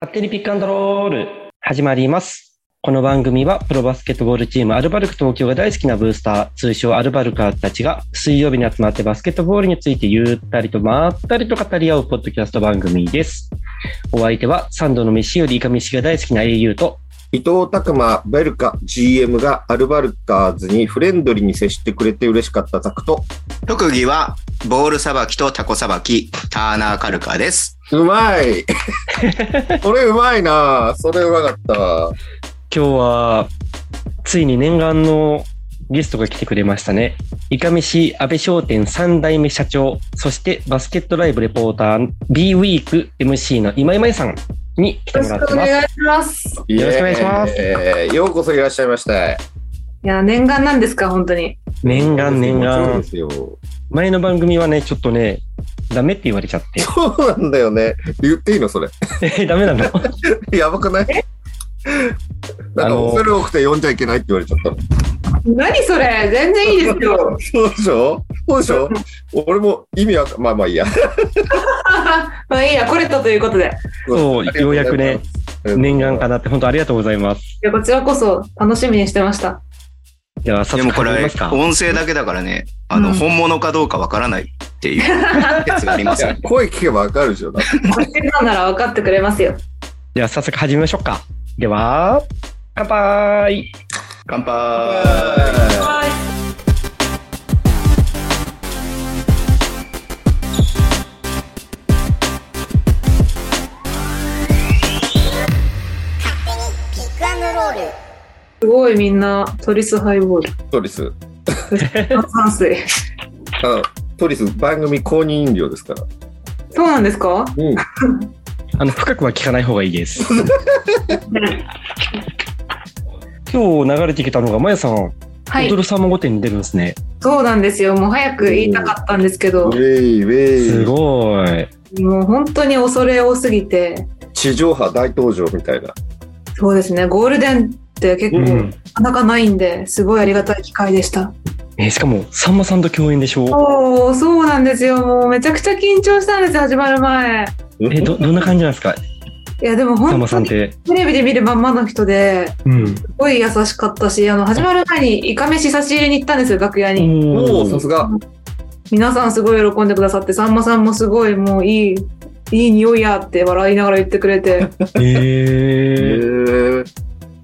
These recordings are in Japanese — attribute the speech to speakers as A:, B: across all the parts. A: 勝手にピックアンドロール始まります。この番組はプロバスケットボールチームアルバルク東京が大好きなブースター、通称アルバルカーたちが水曜日に集まってバスケットボールについてゆったりとまったりと語り合うポッドキャスト番組です。お相手はサンドの飯よりイカ飯が大好きな au と、
B: 伊藤拓磨ベルカ GM がアルバルカーズにフレンドリーに接してくれて嬉しかったザクと、
C: 特技は、ボールさばきとタコさばき、ターナーカルカーです。
B: うま いそれうまいなそれうまかった。
A: 今日はついに念願のゲストが来てくれましたね。イカ飯安倍商店3代目社長、そしてバスケットライブレポーター B ウィーク MC の今井まゆさんに来て
D: よろ
A: もら
D: し
A: っ
D: く
A: て
D: お
A: ます。
D: 願いします。
A: よろしくお願いします
B: えーようこそいらっしゃいました。
D: いや、念願なんですか、本当に。
A: 念願念
B: そう
A: 願
B: で。すよ。
A: 前の番組はね、ちょっとね、ダメって言われちゃっ
B: そうなんだよね。言っていいのそれ。
A: て。え ダメなの
B: やばくないなん
A: あ
B: か
A: の
B: 恐れ多くて呼んじゃいけないって言われちゃったの。
D: 何それ全然いいですよ。
B: そうでしょそうでしょ俺も意味わかまあまあいいや。
D: まあいいや、来れたということで。
A: そう
B: ありがとございます
A: ようやくね。念願かなって、本当ありがとうございます。
D: いやこちらこそ楽しみにしてました。
A: では、早
C: で
A: 速
C: もこ
A: 始め
C: れ
A: ます、か。
C: 音声だけだからね、あの、
D: うん
C: 本物かどうかわからないっていうやつがありま
B: い
C: す
B: や
C: ね。
B: 声聞けばわかるでしょ。だって
D: こっちなんなら分かってくれますよ。
A: では、早速始めましょうか。では、乾杯
C: 乾杯。
D: は
E: ピックアンドロール。
D: い。すごいみんな、トリスハイボール。
B: トリス。
D: 炭酸水。
B: あトリス番組公認飲料ですから。
D: そうなんですか
B: うん。
A: あの、深くは聞かない方がいい です。
D: ね
A: 今日流れてきたのが、まやさん、
D: は
A: ボト
D: い。
A: ルサーモン御殿に出るんですね。
D: そうなんですよ。もう早く言いたかったんですけ
B: ウ
D: ど
B: ェ、イウェイ。
A: すごい。
D: もう本当に恐れ多すぎて、
B: 地上波大登場みたいな。
D: そうですね、ゴールデンって結
A: う
D: 構
A: ん
D: なかなかないんで、すごいありがたい機会でした。
A: えしかも、さんまさんと共演でしょ
D: そう、そうなんですよ。もうめちゃくちゃ緊張したんですよ、始まる前。
A: え、ど、どんな感じなんですか
D: いや、でも
A: さん
D: 本
A: ま
D: 当
A: さんっ
D: に
A: て。
D: テレビで見るまんまの人で、
A: うん。
D: すごい優しかったし、あの、始まる前にイカ飯差し入れに行ったんですよ、楽屋に。
B: お
A: お
B: お、さすが。
D: 皆さんすごい喜んでくださって、さんまさんもすごいもういい、いい匂いやって笑いながら言ってくれて、
B: へ
A: えー。
B: ー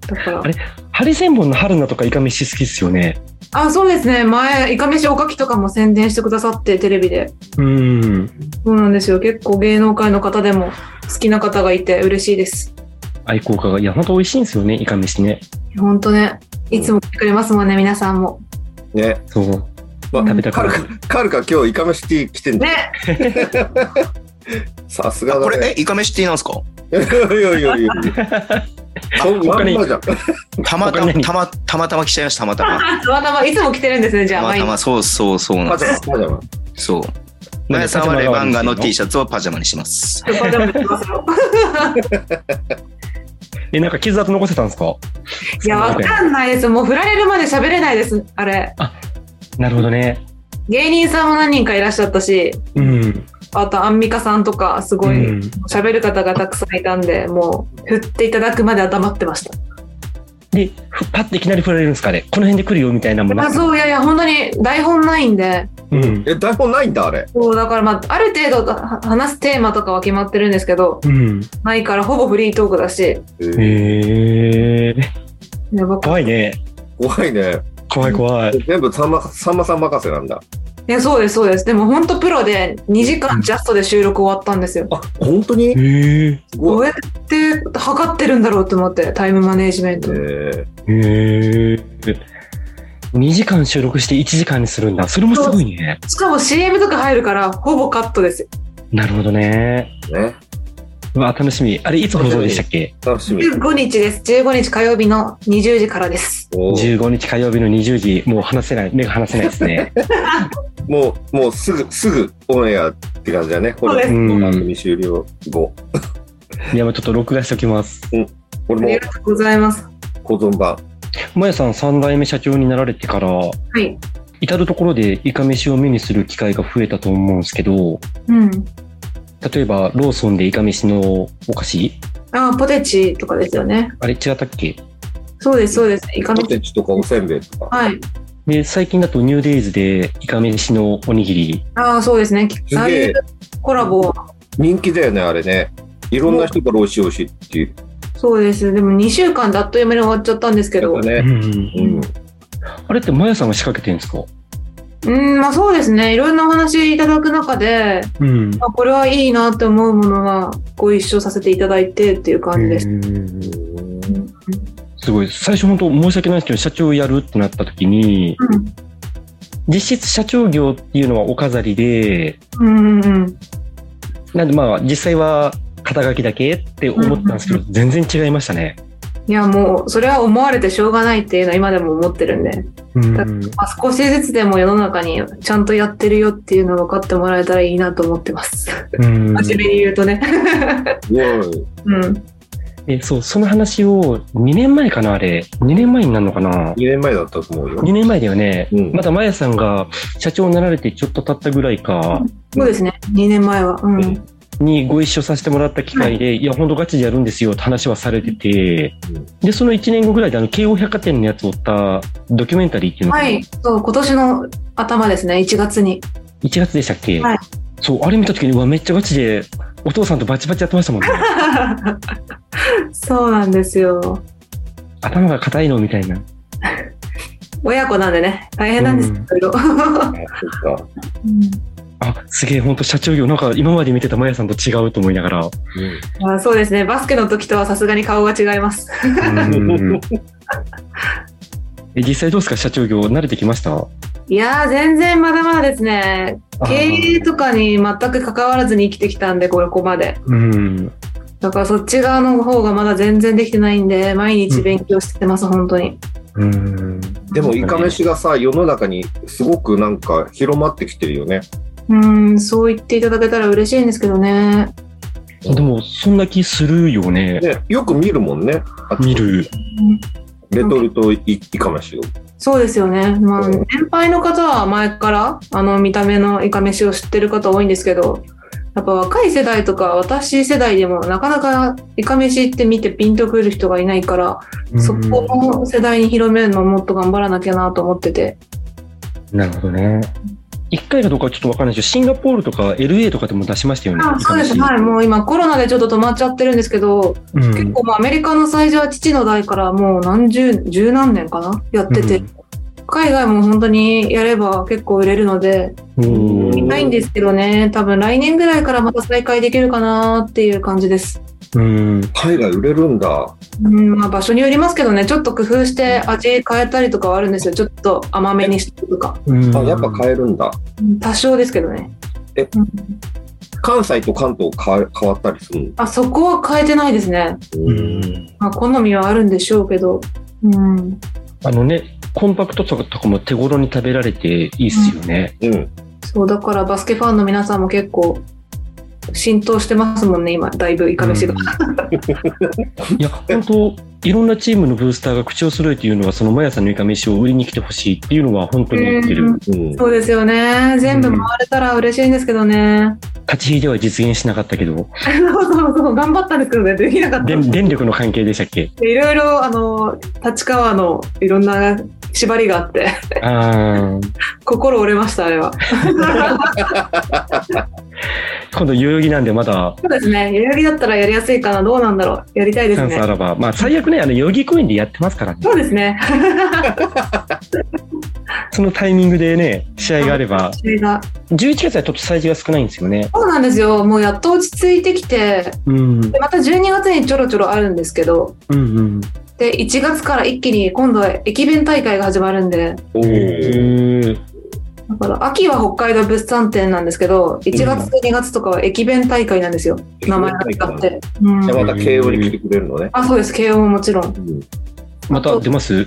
D: だから
A: あれ。ハリセンボンの春菜とかイカ飯好きっすよね。
D: あ、そうですね、前、イカ飯おかきとかも宣伝してくださって、テレビで。
A: うん。
D: そうなんですよ、結構芸能界の方でも好きな方がいて嬉しいです。
A: 愛好家が。いや、ほんと美味しいんですよね、イカ飯ね。
D: ほんとね、いつも来てくれますもんね、皆さんも。
B: ね。
A: そう。
B: ま
D: 食
A: べたく
B: カ
A: な
B: ル
A: る
B: カ、カルカ今日イカ飯ティー来てんじゃん
D: ね、
B: さす
C: あ
B: が
C: こ
B: だね。
C: れ、え、イカ飯って言いなんですか
B: いやいやいやいや。そんまんまじゃん。
C: たまた
A: 他に
C: ま、
A: 何
C: たま、たまたま来ちゃいました、たまたま。
D: たまたまいつも来てるんですね、じ
C: た
D: ゃあ、
C: ま
D: 毎
C: た
D: 日
C: ま、そうそうそう なん
B: パ
C: で
B: ジャ
C: す。
B: マ、パジャマ。
C: そう。マヤさんはレバンガの T シャツをパジャマにしてます。
D: パジャマ着てますよ。
A: え、なんか傷跡残せたんですか
D: いや、わかんないです。もう振られるまで喋れないです、あれ。
A: なるほどね。
D: 芸人さんも何人かいらっしゃったし、
A: うん。
D: あとアンミカさんとか、すご
A: う
D: い
A: ん
D: 喋る方がたくさんいたんで、もう、振っていただくまでは黙ってました。
A: で、ふパッていきなり振られるんですかね。この辺で来るよみたいなもの。
D: あそう、いやいや、本当に台本ないんで、
A: うん。
B: え、台本ないんだ、あれ。
D: そう、だからまあ、ある程度は話すテーマとかは決まってるんですけど、
A: うん。
D: ないからほぼフリートークだし、
A: へえー。
D: やばか
A: 怖いね。
B: 怖いね。
A: 怖い怖い。
B: 全部さんまさんまさん任せなんだ。
D: いや、そうです、そうです。でも本当プロで2時間ジャストで収録終わったんですよ。
B: あ、本当に
A: へえ
B: す
D: ど
B: ご
D: う
B: い。
D: やって測ってるんだろうと思って、タイムマネージメント。
B: え
A: ー。へえー。2時間収録して1時間にするんだ。それもすごいね。
D: しかも CM とか入るから、ほぼカットですよ。
A: なるほどね。
B: ー、ね。
A: うわ、楽しみ。あれ、いつ放送でしたっけ
B: 楽しみ。
D: 15日です。15日火曜日の20時からです。
B: おー
A: ?15 日火曜日の20時、もう話せない、目が離せないです ね。
B: もう、もうすぐ、すぐオンエアって感じだね。こ
D: そうで
B: れ、
D: す
A: うん
B: 番組終了後。
A: いや、まあちょっと録画しておきます。
B: 俺
D: あり
B: も
D: がとうございます。
B: 保存版。
A: まやさん3代目社長になられてから、
D: はい。
A: 至る所でイカ飯を目にする機会が増えたと思うんですけど、
D: うん。
A: 例えばローソンでイカ飯のお菓子
D: あーポテチとかですよね。
A: あれ違ったっけ
D: そうです、そうです。イカの
B: ポ。テチとかおせんべいとか。
D: はい。
A: で、最近だとニューデイズでイカ飯のおにぎり。
D: ああ、そうですね。
B: げえ
D: ああいうコラボ、
B: 人気だよね、あれね。いろんな人からおいしいおいしいっていう。
D: そうです。でも2週間であっという間に終わっちゃったんですけど。
B: だ
D: う
B: ね。
A: うん
B: うん。
A: あれってマヤさんが仕掛けてるんですか
D: ん、まあそうですね。いろんなお話いただく中で、
A: うん。
D: あこれはいいなって思うものはご一緒させていただいてっていう感じです。
A: すごい。最初本当申し訳ないですけど、社長やるってなった時に、実質社長業っていうのはお飾りで、
D: うん、うん、うんうん。
A: なんでまあ実際は肩書きだけって思ったんですけど、全然違いましたね。
D: いや、もう、それは思われてしょうがないっていうのは今でも思ってるんで、
A: うん。
D: まあ、少しずつでも世の中にちゃんとやってるよっていうのを分かってもらえたらいいなと思ってます。
A: うん
D: 真面目に言うとね。
B: うん
D: うん。うん
A: えそう、その話を2年前かな、あれ。2年前になるのかな
B: 2年前だったと思うよ。
A: 2年前だよね。
B: うん
A: まだマヤさんが社長になられてちょっと経ったぐらいか
D: そうですね。2年前は。うん。
B: うん
A: にご一緒させてもらった機会で、いや、ほんとガチでやるんですよって話はされてて
B: うん、
A: で、その1年後ぐらいであの、京王百貨店のやつを追ったドキュメンタリーっていうのかな
D: はい。そう、今年の頭ですね。1月に。
A: 1月でしたっけ、
D: はい
A: そう、あれ見た時に、うわ、めっちゃガチで、お父さんとバチバチやってました もんね。
D: そうなんですよ。
A: 頭が硬いのみたいな。
D: 親子なんでね、大変なんです
A: うん
D: けど。
B: あそっか
A: あ、すげえ、本当社長業、なんか今まで見てたマヤさんと違うと思いなが ら。
B: うん
D: あそうですね。バスケの時とはさすがに顔が違います。
A: うんえ実際どうですか、社長業、慣れてきました
D: いやー、全然まだまだですね。経営とかに全く関わらずに生きてきたんで、これここまで。
A: うん。
D: だからそっち側の方がまだ全然できてないんで、毎日勉強してます、本当に。
A: うん。
B: でも、イカ飯がさ、世の中にすごくなんか広まってきてるよね。
D: うん、そう言っていただけたら嬉しいんですけどね。
A: でも、そんな気するよね。
B: ね、よく見るもんね。あ
A: 見。る。
B: レトルトイイカ飯を。
D: そうですよね。まあ、年配の方は前から、あの、見た目のイカ飯を知ってる方多いんですけど、やっぱ若い世代とか、私世代でもなかなかイカ飯って見てピンとくる人がいないから、そこの世代に広めるのをもっと頑張らなきゃなと思ってて。
A: なるほどね。一回かどうかはちょっとわかんないけど、シンガポールとか LA とかでも出しましたよね。
D: あそうです。はい。もう今コロナでちょっと止まっちゃってるんですけど、
A: うん
D: 結構もうアメリカの最初は父の代からもう何十、十何年かなやってて、海外も本当にやれば結構売れるので、
A: うん
B: うん
D: ないんですけどね、多分来年ぐらいからまた再開できるかなっていう感じです。
A: うん。
B: 海外売れるんだ。
D: うん、まあ場所によりますけどね、ちょっと工夫して味変えたりとかはあるんですよ。ちょっと甘めにしたりとか。
A: うん
B: あ、やっぱ買えるんだ。
D: 多少ですけどね。
B: え
D: うん
B: 関西と関東変わ変わったりする
D: あ、そこは変えてないですね。
B: の。
A: うん
D: まあ好みはあるんでしょうけど。うん。
A: あのね、コンパクトとかとかも手頃に食べられていいっすよね。
B: うん。
D: そう、だからバスケファンの皆さんも結構浸透してますもんね、今、だいぶイカ飯が。
A: うんいや、本当いろんなチームのブースターが口を揃えて言うのは、そのマヤさんのイカ飯を売りに来てほしいっていうのは本当に言って
D: う
A: る
D: ん。
B: うん。
D: そうですよね。全部回れたら嬉しいんですけどね。
A: 立ち入りでは実現しなかったけど、
D: そうそうそう、頑張ったんですけどね、できなか った。
A: で電力の関係でしたっけ
D: でいろいろあの立川のいろんな縛りがあって
A: あー
D: 心折れましたあれは
A: 今度代々木なんでまだ
D: そうですねやりだったらやりやすいかなどうなんだろうやりたいで
A: チ
D: す
A: ャンスあ
D: ね
A: らば、まあ最悪ね、あの代々木公園でやってますからね
D: そ。うですね
A: そのタイミングでね、試合があれば、
D: それが
A: 11月はちょっと催事が少ないんですよね。
D: そうなんですよもうやっと落ち着いてきて
A: うん、うん、
D: でまた12月にちょろちょろあるんですけど
A: うん。
D: で1月から一気に今度は駅弁大会が始まるんで
B: おー
A: へー
D: だから秋は北海道物産展なんですけど1月と2月とかは駅弁大会なんですよ名前が使って、うん
B: じゃあまた慶応に来てくれるのね。
D: あそうです慶応ももちろん
B: うん
A: また出ます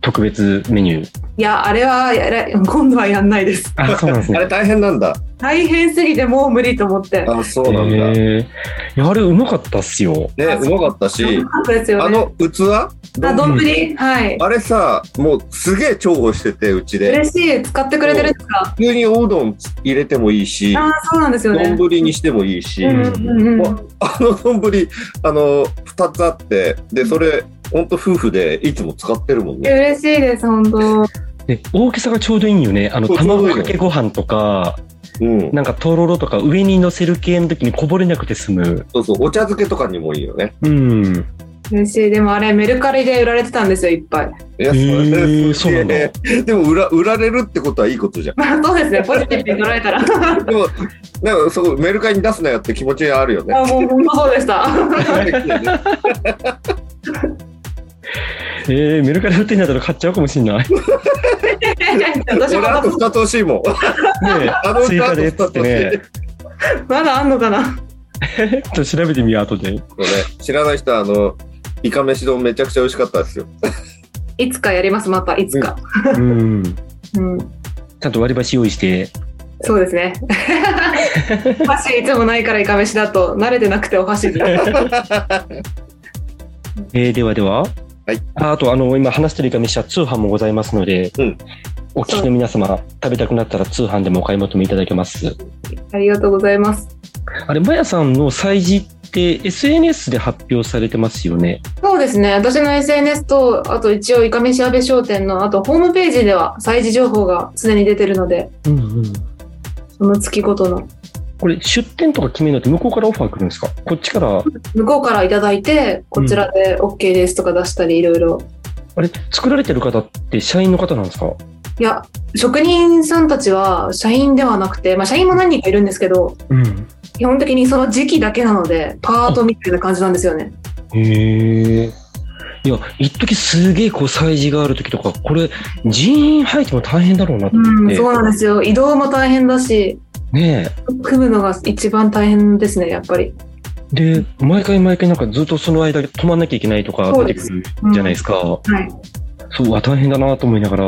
A: 特別メニュー。
D: いや、あれはやれ、今度はやんないです。
A: あ、そうなんです
B: あれ
A: ね。
B: 大変なんだ。
D: 大変すぎてもう無理と思って。
B: あ、 そうなんだ。ね、
A: へーいや、あれ、うまかったっすよ。
B: うまかったし、
D: あったですよ
B: あ
D: ね。
B: の器
D: あ、
B: どん
D: 丼、はい。
B: あれさ、もうすげえ重宝してて、うちで。
D: 嬉しい。使ってくれてるんですか。
B: 普通におうどん入れてもいいし、
D: あー、そうなんですよね。
B: 丼にしてもいいし、
D: うんうんうん。
B: あの丼、あの、2つあって、で、それ、ほんと夫婦でいつも使ってるもんね。
D: 嬉しいです、本当。
A: で、大きさがちょうどいいんよね。あの、
B: そうちょうどい
A: 卵
B: いの
A: かけご飯とか、
B: うん。
A: なんかとろろとか上に乗せる系の時にこぼれなくて済む。
B: そうそう、お茶漬けとかにもいいよね。
A: うん。
D: 嬉しい。でもあれ、メルカリで売られてたんですよ、いっぱい。
B: いや、
A: へー
B: それ
A: そうなんだ
B: でも売ら、売られるってことはいいことじゃん。
D: まあ、そうですね、ポジティブに捉え たら。あ、
B: でも、なんかそう、メルカリに出すなよって気持ちあるよね。
D: もう本当そうでした。
A: えー、メルカリ売ってんだったら買っちゃうかもしんない。ね
D: 私も
B: 俺あと2つ欲しいもん。
A: え
B: あの
A: 追
B: 歌
A: 加
B: あと
A: でっ
B: 2つ
A: つっ
B: 欲してい。
A: ね。
D: まだあんのかな。
A: ちょっと調べてみよう、後で。
B: これ知らない人はあのイカ飯丼めちゃくちゃ美味しかったですよ。
D: いつかやります、また、いつか。
A: うん。
D: うん。
A: ちゃんと割り箸用意 して。
D: そうです ね。お箸いつもないからいかめしだと慣れてなくてお箸で。
A: えー、ではでは。
B: はい。
A: ああと、あの、今話してるイカ飯は通販もございますので、
B: うん
A: お聞きの皆様、食べたくなったら通販でもお買い求めいただけます。
D: ありがとうございます。
A: あれ、まやさんの催事って SNS で発表されてますよね。
D: そうですね。私の SNS と、あと一応いかめし安倍商店の、あとホームページでは催事情報が常に出てるので、
A: うんうん。
D: その月ごとの。
A: これ、出店とか決めるのって向こうからオファー来るんですかこっちから、
D: 向こうからいただいて、こちらで OK ですとか出したり、いろいろ。
A: あれ、作られてる方って社員の方なんですか
D: いや、職人さんたちは社員ではなくて、まあ社員も何人かいるんですけど、
A: うん。
D: 基本的にその時期だけなので、パートみたいな感じなんですよね。
A: へえ。いや、一時すげえこう催事がある時とか、これ、人員配置も大変だろうなと思っ
D: う
A: て。
D: ん、そうなんですよ。移動も大変だし、
A: ね
D: 組むのが一番大変ですね、やっぱり。
A: え。で、毎回毎回なんかずっとその間止まんなきゃいけないとか
D: そう
A: 出
D: で
A: て
D: す
A: くるじゃないですか。そう,、
D: はい。
A: わ、大変だなと思いながら、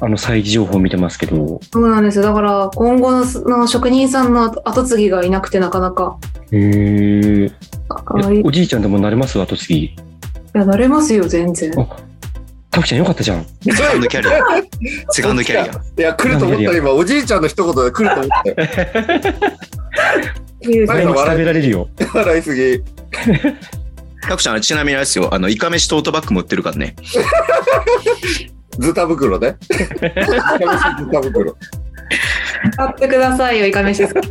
A: あの、催事情報を見てますけど。
D: そうなんですよ。だから、今後のの職人さんの後継ぎがいなくて、なかなか。
A: へえ。
D: ああいい
A: おじいちゃんでもなれます後継ぎ。
D: や、慣れますよ、全然。
A: あ、タフちゃんよかったじゃん。
C: セカンドキャリア。セカンドキャリア。
B: いや来ると思ったら今おじいちゃんの一言で来ると思った よ。
D: いいです
B: は
A: 毎
B: い
D: ね
A: 日食べられるよ。
B: 笑いすぎ。
C: タクちゃん、ちなみにあれですよ、あの、イカ飯トートバッグ持ってるからね。
B: ズタ袋ね。イカ飯ズタ袋。
D: 買ってくださいよ、いかめしです。
B: 買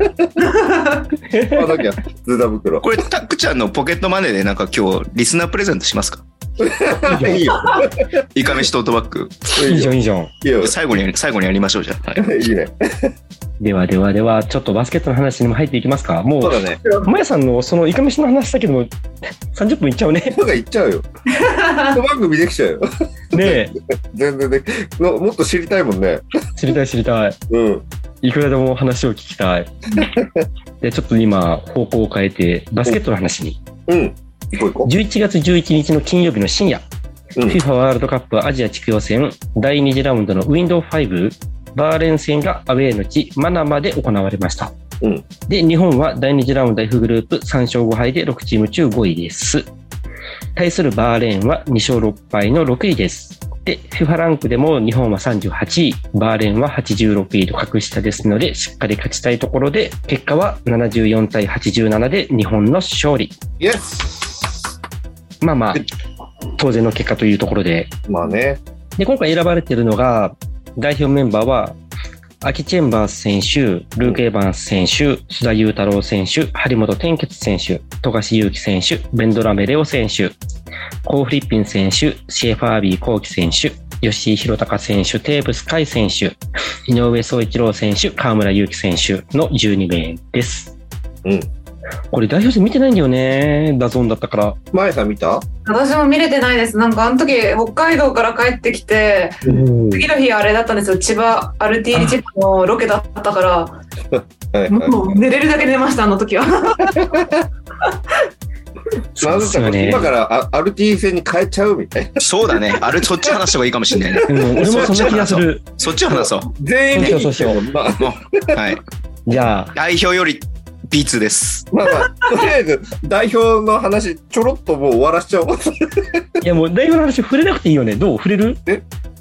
B: わなきゃズタ袋。
C: これ、タクちゃんのポケットマネーで、なんか今日、リスナープレゼントしますか
A: い
B: いいよ。
C: イカ飯トートバッグ。
A: いい
B: いい
A: じゃ
B: よ。
A: ん、いいじゃん。
B: いいよ。
C: 最後に、最後にやりましょうじゃん。はい
B: いいね。
A: ではではでは、ちょっとバスケットの話にも入っていきますか。もう
B: そう、だね。
A: まやさんのそのイカ飯の話だけども、30分いっちゃう ね。
B: なんか行っちゃうよ。番組できちゃうよ。
A: ねえ、
B: 全然できのもっと知りたいもんね。
A: 知りたい知りたい。
B: うん。
A: いくらでも話を聞きたい。で、ちょっと今、方向を変えて、バスケットの話に。
B: うん。行こう行こ
A: 11月11日の金曜日の深夜、
B: う。うん。
A: FIFA ワールドカップアジア地区予選第2次ラウンドのウィンドウ5、バーレン戦がアウェーの地、マナマで行われました。
B: うん
A: で、日本は第2次ラウンド F グループ3勝5敗で6チーム中5位です。対するバーレーンは2勝6敗の6位です。で、FIFA ランクでも日本は38位、バーレーンは86位と格下ですので、しっかり勝ちたいところで、結果は74対87で日本の勝利。
B: イエス。
A: まあまあ、当然の結果というところで、
B: まあね。
A: で、今回選ばれているのが、代表メンバーは、アキチェンバース選手、ルーク・エヴァンス選手、須田雄太郎選手、張本天傑選手、富樫勇樹選手、ベンドラメレオ選手、コー・フリッピン選手、シェーファービー・コウキ選手、吉井宏隆選手、テーブス海選手、井上宗一郎選手、河村勇輝選手の12名です。
B: うん。
A: これ代表戦見てないんだよね。ダゾーンだったから。
B: 前さん見た
D: 私も見れてないです。なんか、あの時、北海道から帰ってきて、次の日あれだったんですよ。千葉、アルティーリ千葉のロケだったから、
B: はいはい。
D: もう寝れるだけ寝ました、あの時は。
B: な
A: うんで
B: だっ
A: す
B: た
A: よ
B: ら
A: ね
B: 今からあアルティ戦に変えちゃうみた いな。
C: そうだね。あれ、そっち話した方がいいかもしれないね。
A: うん俺もそんな気がする。
C: そっち話そう。
B: 全員見に行っても
A: そうそう
B: まあ
C: はい。
A: じゃあ、
C: 代表より B2 です。
B: まあまあ、とりあえず、代表の話、ちょろっともう終わらしちゃおう。
A: いやもう代表の話触れなくていいよね。どう触れる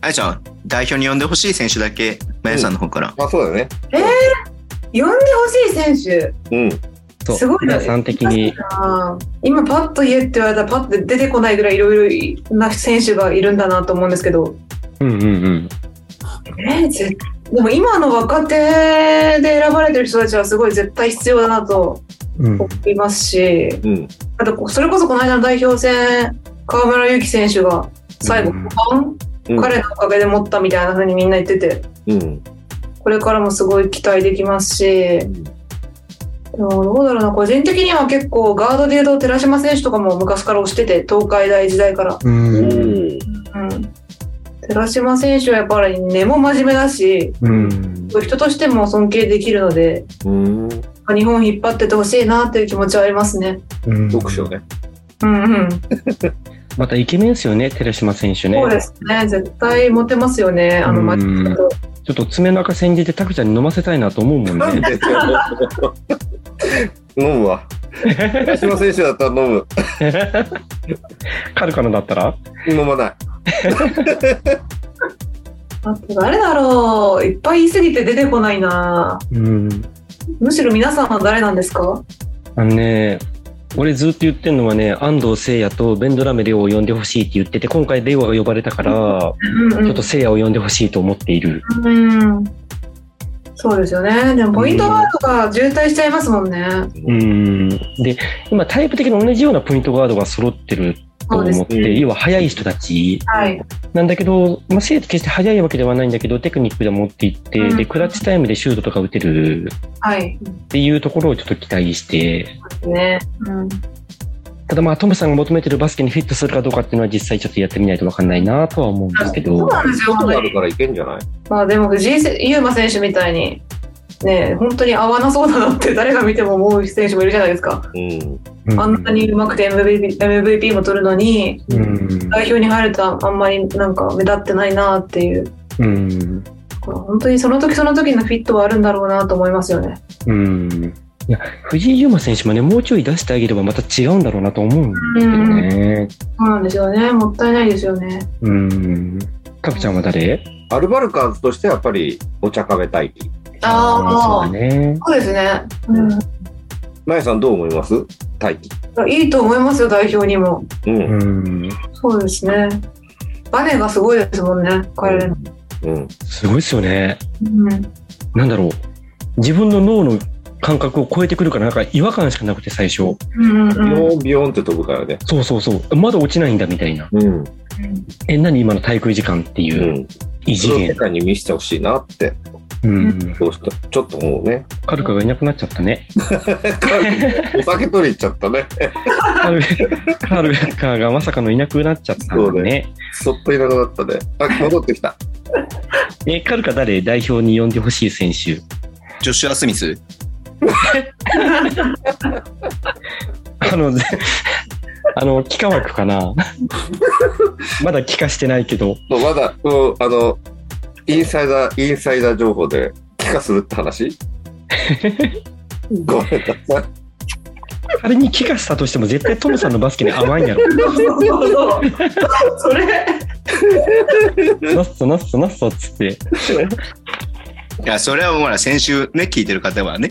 C: あやちゃん、代表に呼んでほしい選手だけ、まやさんの方から。
B: まあそうだね。
D: 呼んでほしい選手
B: うん。
A: そう。
D: すごいね
A: 皆さん的に。
D: あー今パッと言えって言われたらパッと出てこないぐらいいろいろな選手がいるんだなと思うんですけど
A: うんうんうん。
D: えーぜでも今の若手で選ばれてる人たちはすごい絶対必要だなと
A: うん、
D: 思いますし、
B: うん。
D: あとこそれこそこの間の代表戦河村勇輝選手が最後、
A: うん
B: うん
D: 彼のおかげで持ったみたいな風にみんな言ってて
B: うん。
D: これからもすごい期待できますしでもどうだろうな個人的には結構ガードでいうと寺島選手とかも昔から推してて東海大時代から。
A: うん。
D: うん寺島選手はやっぱり根も真面目だし
A: うん。
D: 人としても尊敬できるので
B: うん。
D: 日本を引っ張ってってほしいなっていう気持ちはありますね。
A: うん
B: 読書。ね。
D: うんうん。
A: またイケメンですよね、寺島選手ね。
D: そうですね。絶対モテますよね。あの、
A: うん
D: マジだと。
A: ちょっと爪の赤煎じてタクちゃんに飲ませたいなと思うもん
B: なん
A: ね。
B: で飲むわ。鹿島選手だったら飲む。
A: カルカのだったら
B: 飲まない。
D: あと誰だろう。いっぱい言いすぎて出てこないな。
A: うん。
D: むしろ皆さんは誰なんですか
A: あのね、俺ずっと言ってんのはね、安藤聖也とベンドラメレオを呼んでほしいって言ってて、今回レオが呼ばれたから、
D: うんうん
A: ちょっと聖也を呼んでほしいと思っている。
D: うん。そうですよね。でもポイントガードが渋滞しちゃいますもんね。
A: うん。で、今タイプ的に同じようなポイントガードが揃ってると
D: そうです
A: 思
D: ね
A: って、要は速い人たち
D: はい。
A: なんだけど、まあ、聖也って決して速いわけではないんだけど、テクニックで持っていって、
D: うん
A: で、クラッチタイムでシュートとか打てる
D: はい。
A: っていうところをちょっと期待して、
D: ね。うん。
A: ただまあトムさんが求めてるバスケにフィットするかどうかっていうのは実際ちょっとやってみないと分かんないなとは思うんですけ
D: そ
A: ど
D: うなんですよ。
B: こと
D: 本当
B: があ
D: に
B: るからいけんじゃない
D: まあでも藤井せ優馬選手みたいに、ね、本当に合わなそうだなって誰が見ても思う選手もいるじゃないですか。
B: うん。
A: う
D: あんなにうまくて MVP, MVP も取るのに、
A: うん
D: 代表に入るとあんまりなんか目立ってないなっていう。
A: うん
D: 本当にその時その時のフィットはあるんだろうなと思いますよね。
A: うんいや藤井優馬選手もねもうちょい出してあげればまた違うんだろうなと思うんですけどね
D: そうなんですよね。もったいないですよね。
A: うんタクちゃんは誰
B: アルバルカーズとしてはやっぱりお茶壁大輝。
D: あ
A: そ
D: あ
A: うだね
D: そうですね。う
B: まやさんどう思います大輝。
D: ん。いいと思いますよ、代表にも。
B: う。
A: うんん
D: そうですね。バネがすごいですもんね、彼らの。
B: うん。
A: すごいですよね
D: うん。
A: なんだろう自分の脳の感覚を超えてくるからなんか違和感しかなくて最初
D: うんうん
B: ビ
D: うん。
B: ヨンビヨンって飛ぶからね。
A: そうそうそうまだ落ちないんだみたいな
B: うん。
A: え何今の体育時間って
B: う
A: いう、
B: ん。
A: 異
B: そ
A: 次
B: の世
A: 元、
B: 界に見せてほしいなって。
A: うん、
B: どうしたちょっともうね。
A: カルカがいなくなっちゃったね
B: お酒取り行っちゃったね。
A: カルカルカがまさかのいなくなっちゃったん
B: そ
A: だ
B: う
A: ね
B: そっといなくなったね。あ、戻ってきた。
A: えカルカ誰代表に呼んでほしい選手
C: ジョシュア・スミス。
A: あのぜ あの帰化枠かなまだ帰化してないけど
B: もうまだ、もう、あの、インサイダー、インサイダー情報で、帰化するって話ごめんなさい。
A: 仮に帰化したとしても絶対トムさんのバスケに甘いんや ろ
D: そうそうそうそう。それ。
A: ナッソナッソナッソっつって
C: いや、それはもうほら、先週ね、聞いてる方はね、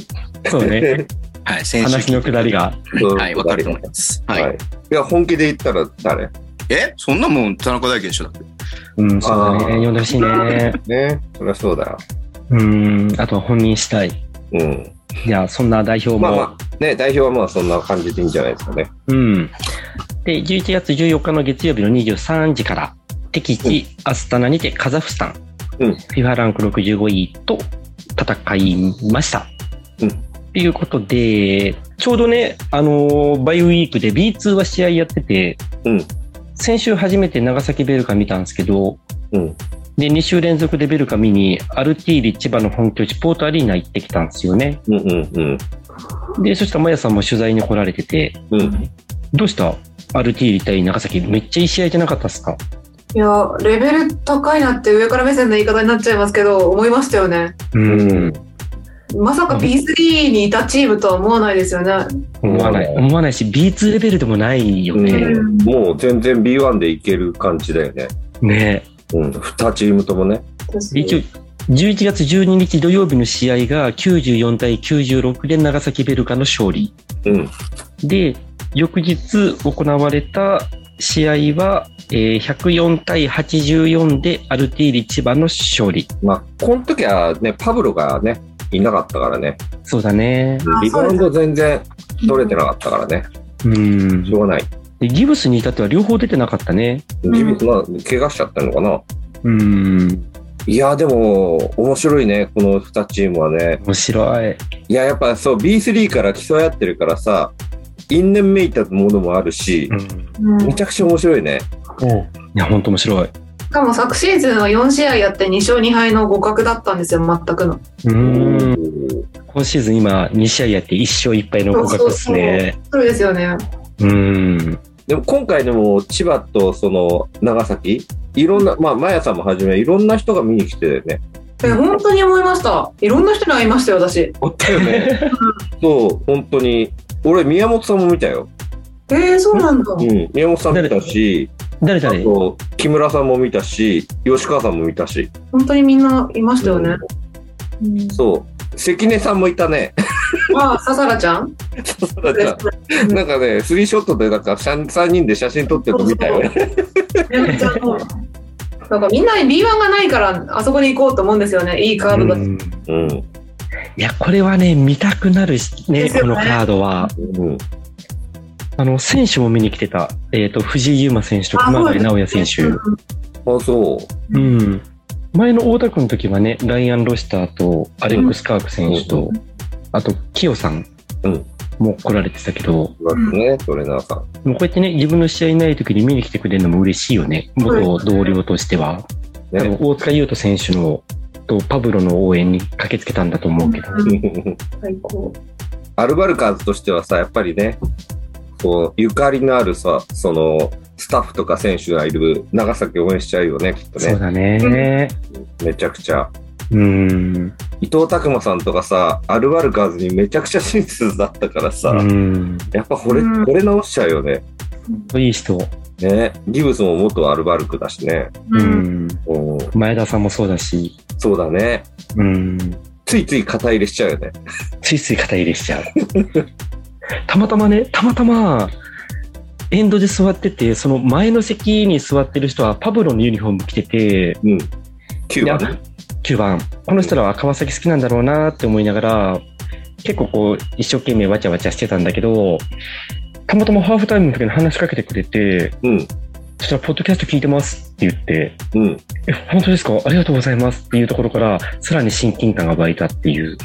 A: そうね
C: はい、先週聞い
A: 話
C: て
A: のくだりが
C: はい、わかると思います。
B: は。
C: はいい。
B: いや、本気で言ったら誰
C: えそんなもん、田中大輝でしょだって
A: うんそうだね
B: あー
A: 呼んでほしいね
B: ね。そりゃそうだよ。
A: うんあとは本人したい
B: うん。
A: じゃあそんな代表も、
B: まあまあ、ね、代表はまあそんな感じでいいんじゃないですかね。
A: うん。で、11月14日の月曜日の23時から、敵地アスタナにてカザフスタン、
B: う
A: フ
B: ん
A: ィファランク65位と戦いました。
B: うん
A: ということで、ちょうどね、あのーバイウィークで B2 は試合やってて、
B: うん
A: 先週初めて長崎ベルカ見たんですけど、
B: うん。
A: で、2週連続でベルカ見に、アルティーリ千葉の本拠地、ポートアリーナ行ってきたんですよね。
B: うんうん
A: で、そしたらマヤさんも取材に来られてて、
B: うん。うん。
A: どうしたアルティーリ対長崎、めっちゃいい試合じゃなかったですか
D: いやレベル高いなって上から目線の言い方になっちゃいますけど思いましたよね。
A: う
B: うん。
D: まさか B3 にいたチームとは思わないですよね。
A: 思わない。思わないし、B2 レベルでもないよ
B: う
A: ね。
B: ん、もう全然 B1 でいける感じだよね。
A: ね
B: うん、2チームともね。
A: 一応、11月12日土曜日の試合が94対96で長崎ベルカの勝利。
B: うん、
A: で、翌日行われた試合は、えー104対84でアルティーリ千葉の勝利。
B: まあ、この時はね、パブロがね、いなかったからね、
A: そうだね。
D: あ
B: リバウンド全然取れてなかったからね、
A: うん。
B: しょうがない。
A: でギブスに至っては両方出てなかったね。
D: ん
B: 自分、まあ、怪我しちゃったのかな。
A: うん。
B: いや、でも、面白いね、この2チームはね。
A: 面白い。
B: いや、やっぱそう、B3 から競い合ってるからさ、因縁めいたものもあるし、
A: ん。
D: うん
B: めちゃくちゃ面白いね。
A: いや、本当面白い。
D: しかも昨シーズンは4試合やって2勝2敗の互角だったんですよ、全くの。
A: うん。今シーズン今2試合やって1勝1敗の互角ですね。
D: そうですよね。
A: うん。
B: でも今回でも、千葉とその長崎、いろんな、まあ、マヤさんもはじめ、いろんな人が見に来てたよね。
D: え本当に思いました。いろんな人に会いましたよ、私。
B: おったよね。 そう、本当に。俺、宮本さんも見たよ。
D: えー、そうなんだ。
B: うん、宮本さん見たし、
A: 誰
B: あ
A: 誰
B: と、木村さんも見たし、吉川さんも見たし。
D: 本当にみんないましたよね。うん
B: そう。関根さんもいたね。
D: あ、ささらちゃん。
B: なんかね、スリーショットでなんか3人で写真撮ってるの見たよね。
D: めっちゃもう なんかみんな B1 がないからあそこに行こうと思うんですよね。いいカードだし。
A: うん
B: うん。
A: いや、これはね、見たくなるしね、
D: ですよ
A: こ
D: ね
A: のカードは。
B: うん。
A: あの、選手も見に来てた。えっ、と、藤井優馬選手と
D: あ
A: 熊
D: そうで
A: 谷
D: す
A: 直哉選手。
D: うん
B: あ、そう。
A: うん。前の大田区の時はね、ライアン・ロシターとアレックス・カーク選手と、あと、キヨさん
B: うん
A: も来られてたけど、
B: だってね、トレーナーさん。
A: でもこうやってね、自分の試合ない時に見に来てくれるのも嬉しいよね。元同僚としては。多
B: ね
A: 分、大塚優斗選手の、とパブロの応援に駆けつけたんだと思うけど。
D: 最高。
B: アルバルカーズとしてはさ、やっぱりね、こう、ゆかりのあるさ、その、スタッフとか選手がいる長崎応援しちゃうよね、きっと
A: そう
B: ね。
A: だね。
B: めちゃくちゃ。
A: うん。
B: 伊藤拓磨さんとかさ、アルバルカーズにめちゃくちゃ親切だったからさ、
A: うん。
B: やっぱ惚れ、
D: うん
B: 惚れ直しちゃうよね。
A: いい人。
B: ね。ギブスも元アルバルクだしね。
D: う。
A: うんん。
B: うん。
A: 前田さんもそうだし。
B: そうだね。
A: うん。
B: ついつい肩入れしちゃうよね。
A: ついつい肩入れしちゃ う。たまたまね、たまたま、エンドで座ってて、その前の席に座ってる人はパブロのユニフォーム着てて、
B: うん。9番
A: いや9番。この人らは川崎好きなんだろうなって思いながら、結構こう、一生懸命わちゃわちゃしてたんだけど、たまたまハーフタイムの時に話しかけてくれて、
B: うん。
A: そしたら、ポッドキャスト聞いてますって言って、
B: うん。
A: え、本当ですかありがとうございますっていうところから、さらに親近感が湧いたっていう。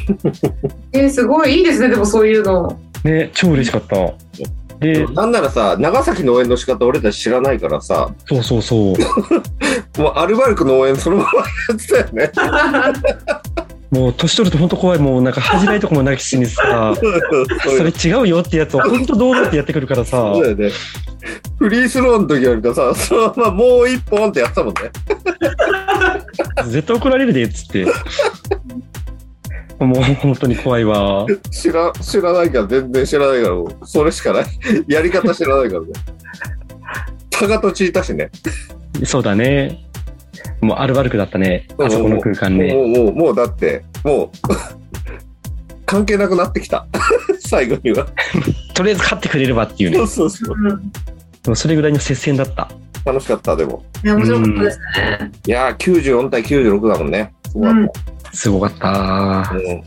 D: えー、すごいいいですね。でもそういうの。
A: ね、超嬉しかった。で、
B: なんならさ、長崎の応援の仕方俺たち知らないからさ、
A: そうそうそう。
B: もうアルバルクの応援そのままやってたよね。
A: もう年取ると本当怖い。もうなんか恥じらいとかもなきしにさ、それ違うよってやつを本当堂々ってやってくるからさ
B: そう、だよね。フリースローの時よりかさ、そのままもう一本ってやってたもんね。
A: 絶対怒られるでっつって。もう本当に怖いわ。
B: 知ら、知らないから、全然知らないから、もうそれしかない。 やり方知らないからね。タガとチータしね。
A: そうだね。もうアルバルクだったね。あそこの空間
B: も
A: ね。
B: う、もう、もう、だって、もう、 関係なくなってきた。 最後には。
A: とりあえず勝ってくれればっていうね
B: そ。うそうそう。
D: うん。
A: でもそれぐらいの接戦だった。
B: 楽しかった、でも。
D: ね、面白かったですね。
B: いやー、94対96だもんね。そうだった
A: すごかった。
B: うん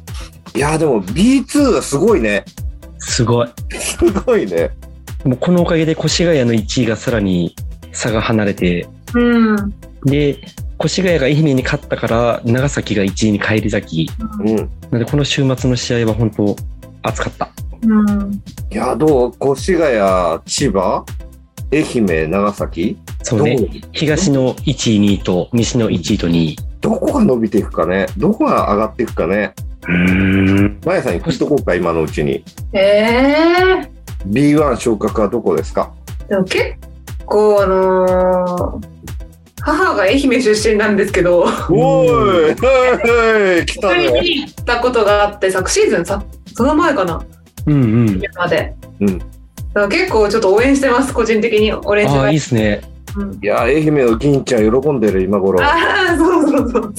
B: いやー、でも B2 がすごいね。
A: すごい。
B: すごいね。
A: もうこのおかげで越谷の1位がさらに差が離れて、
D: うん。うん。
A: で、越谷が愛媛に勝ったから、長崎が1位に返り咲き。
B: うん。い
A: なので、この週末の試合は本当、熱かった。
D: うん。
B: やー、どう越谷、千葉、愛媛、長崎。
A: そうね
B: ど。う
A: 東の1位、2位と、西の1位と2位。
B: どこが伸びていくかね、どこが上がっていくかね、
A: うん。
B: まやさん、行くとこうか、今のうちに。
D: ええ
B: B1 昇格はどこですか
D: ー。でも結構あのー、母が愛媛出身なんですけど、
B: おーいおい来た
D: 一人
B: ね。
D: に行ったことがあって、昨シーズンさ、その前かな、
A: うんうん。
D: 今まで。
B: うん
D: だから結構ちょっと応援してます、個人的に。オレンジ
A: ああ、
D: バ
A: いい
D: イ
A: ですね。
D: うん
B: いや、愛媛の銀ちゃん喜んでる、今頃。
D: ああ、そうそう そう。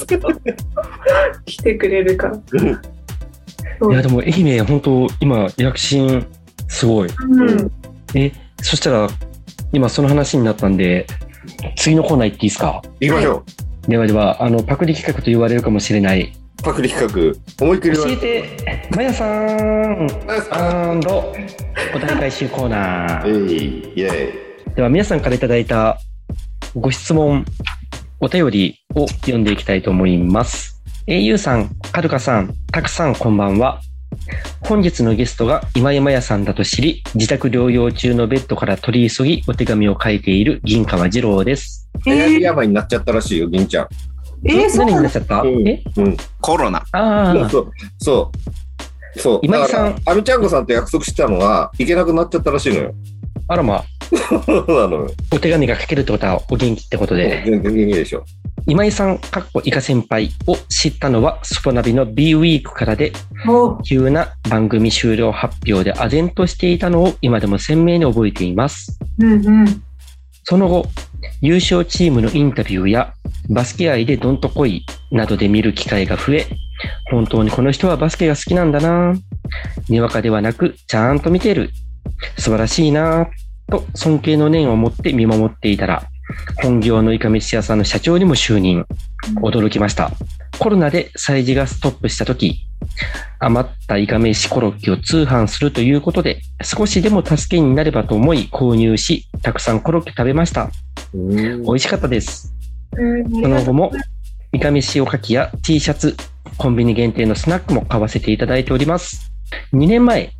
D: 来てくれるから。
B: うん
D: そう
A: いや、でも愛媛、本当今、躍進、すごい。
D: うん、
A: え、そしたら、今その話になったんで、次のコーナー行っていいですか
B: 行きましょ
A: ではでは、あの、パクリ企画と言われるかもしれない。
B: う。パクリ企画。思いっきり言わ
A: 教
B: れ
A: え
B: る。
A: て、まやさーんアンド、お題回収コーナ
B: え
A: ー。
B: い、イエ
A: では、皆さんからいただいたご質問、お便りを読んでいきたいと思います。au さん、はるかさん、たくさんこんばんは。本日のゲストが今井まやさんだと知り、自宅療養中のベッドから取り急ぎお手紙を書いている銀川二郎です。
B: イ。
D: え
B: え
D: ー
B: ら病になっちゃったらしいよ、銀ちゃん。
D: えー、そ
A: 何
D: うな
A: に
D: ん
A: な
D: だ
A: っちゃった、
B: うん
A: え
B: うん。
C: コロナ。
A: あ
B: そう
A: あ、
B: そう。そう。そう。
A: 今井さん
B: だからアミちゃんこさんと約束してたのは、行けなくなっちゃったらしいのよ。
A: あらま、
B: そうなのよ。
A: お手紙が書けるってことはお元気ってことで。
B: 全然元気でしょ。
A: 今井さん、かっこイカ先輩を知ったのは、スポナビの B ウィークからで、
D: お
A: 急な番組終了発表で唖然としていたのを今でも鮮明に覚えています。
D: うんうん。
A: その後、優勝チームのインタビューや、バスケ愛でどんとこいなどで見る機会が増え、本当にこの人はバスケが好きなんだなぁにわかではなく、ちゃんと見てる。素晴らしいなぁと尊敬の念を持って見守っていたら、本業のイカ飯屋さんの社長にも就任。驚きました。コロナで催事がストップした時、余ったイカ飯コロッケを通販するということで、少しでも助けになればと思い購入し、たくさんコロッケ食べました。
B: うん
A: 美味しかったです。
D: うん
A: その後も、イカ飯おかきや T シャツ、コンビニ限定のスナックも買わせていただいております。2年前、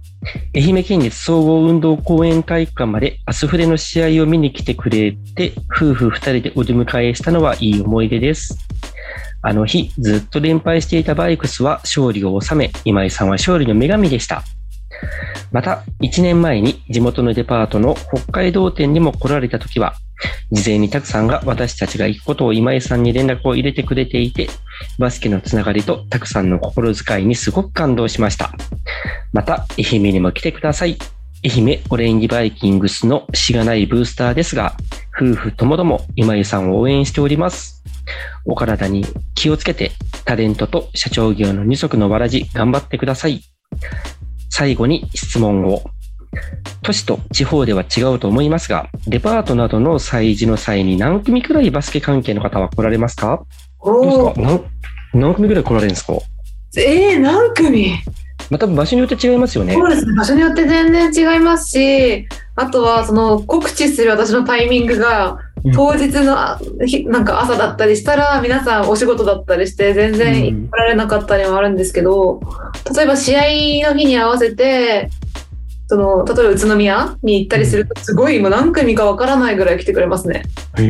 A: 愛媛県立総合運動公園体育館までアスフレの試合を見に来てくれて、夫婦2人でお出迎えしたのはいい思い出です。あの日、ずっと連敗していたバイクスは勝利を収め、今井さんは勝利の女神でした。また、1年前に地元のデパートの北海道店にも来られた時は、事前にたくさんが私たちが行くことを今井さんに連絡を入れてくれていて、バスケのつながりとたくさんの心遣いにすごく感動しました。また、愛媛にも来てください。愛媛オレンジバイキングスのしがないブースターですが、夫婦ともども今井さんを応援しております。お体に気をつけて、タレントと社長業の二足のわらじ頑張ってください。最後に質問を。都市と地方では違うと思いますが、デパートなどの催事の際に何組くらいバスケ関係の方は来られますかどうです
D: お
A: か何何組くらい来られるんですか
D: えー、何組
A: まあ、多分場所によって違いますよね。
D: そうですね場所によって全然違いますしあとはその告知する私のタイミングが
A: うん
D: 当日のあひなんか朝だったりしたら皆さんお仕事だったりして全
A: うん
D: 然来られなかったりもあるんですけど例えば試合の日に合わせてその例えば宇都宮に行ったりするとすごい今何組かわからないぐらい来てくれますね。
A: へ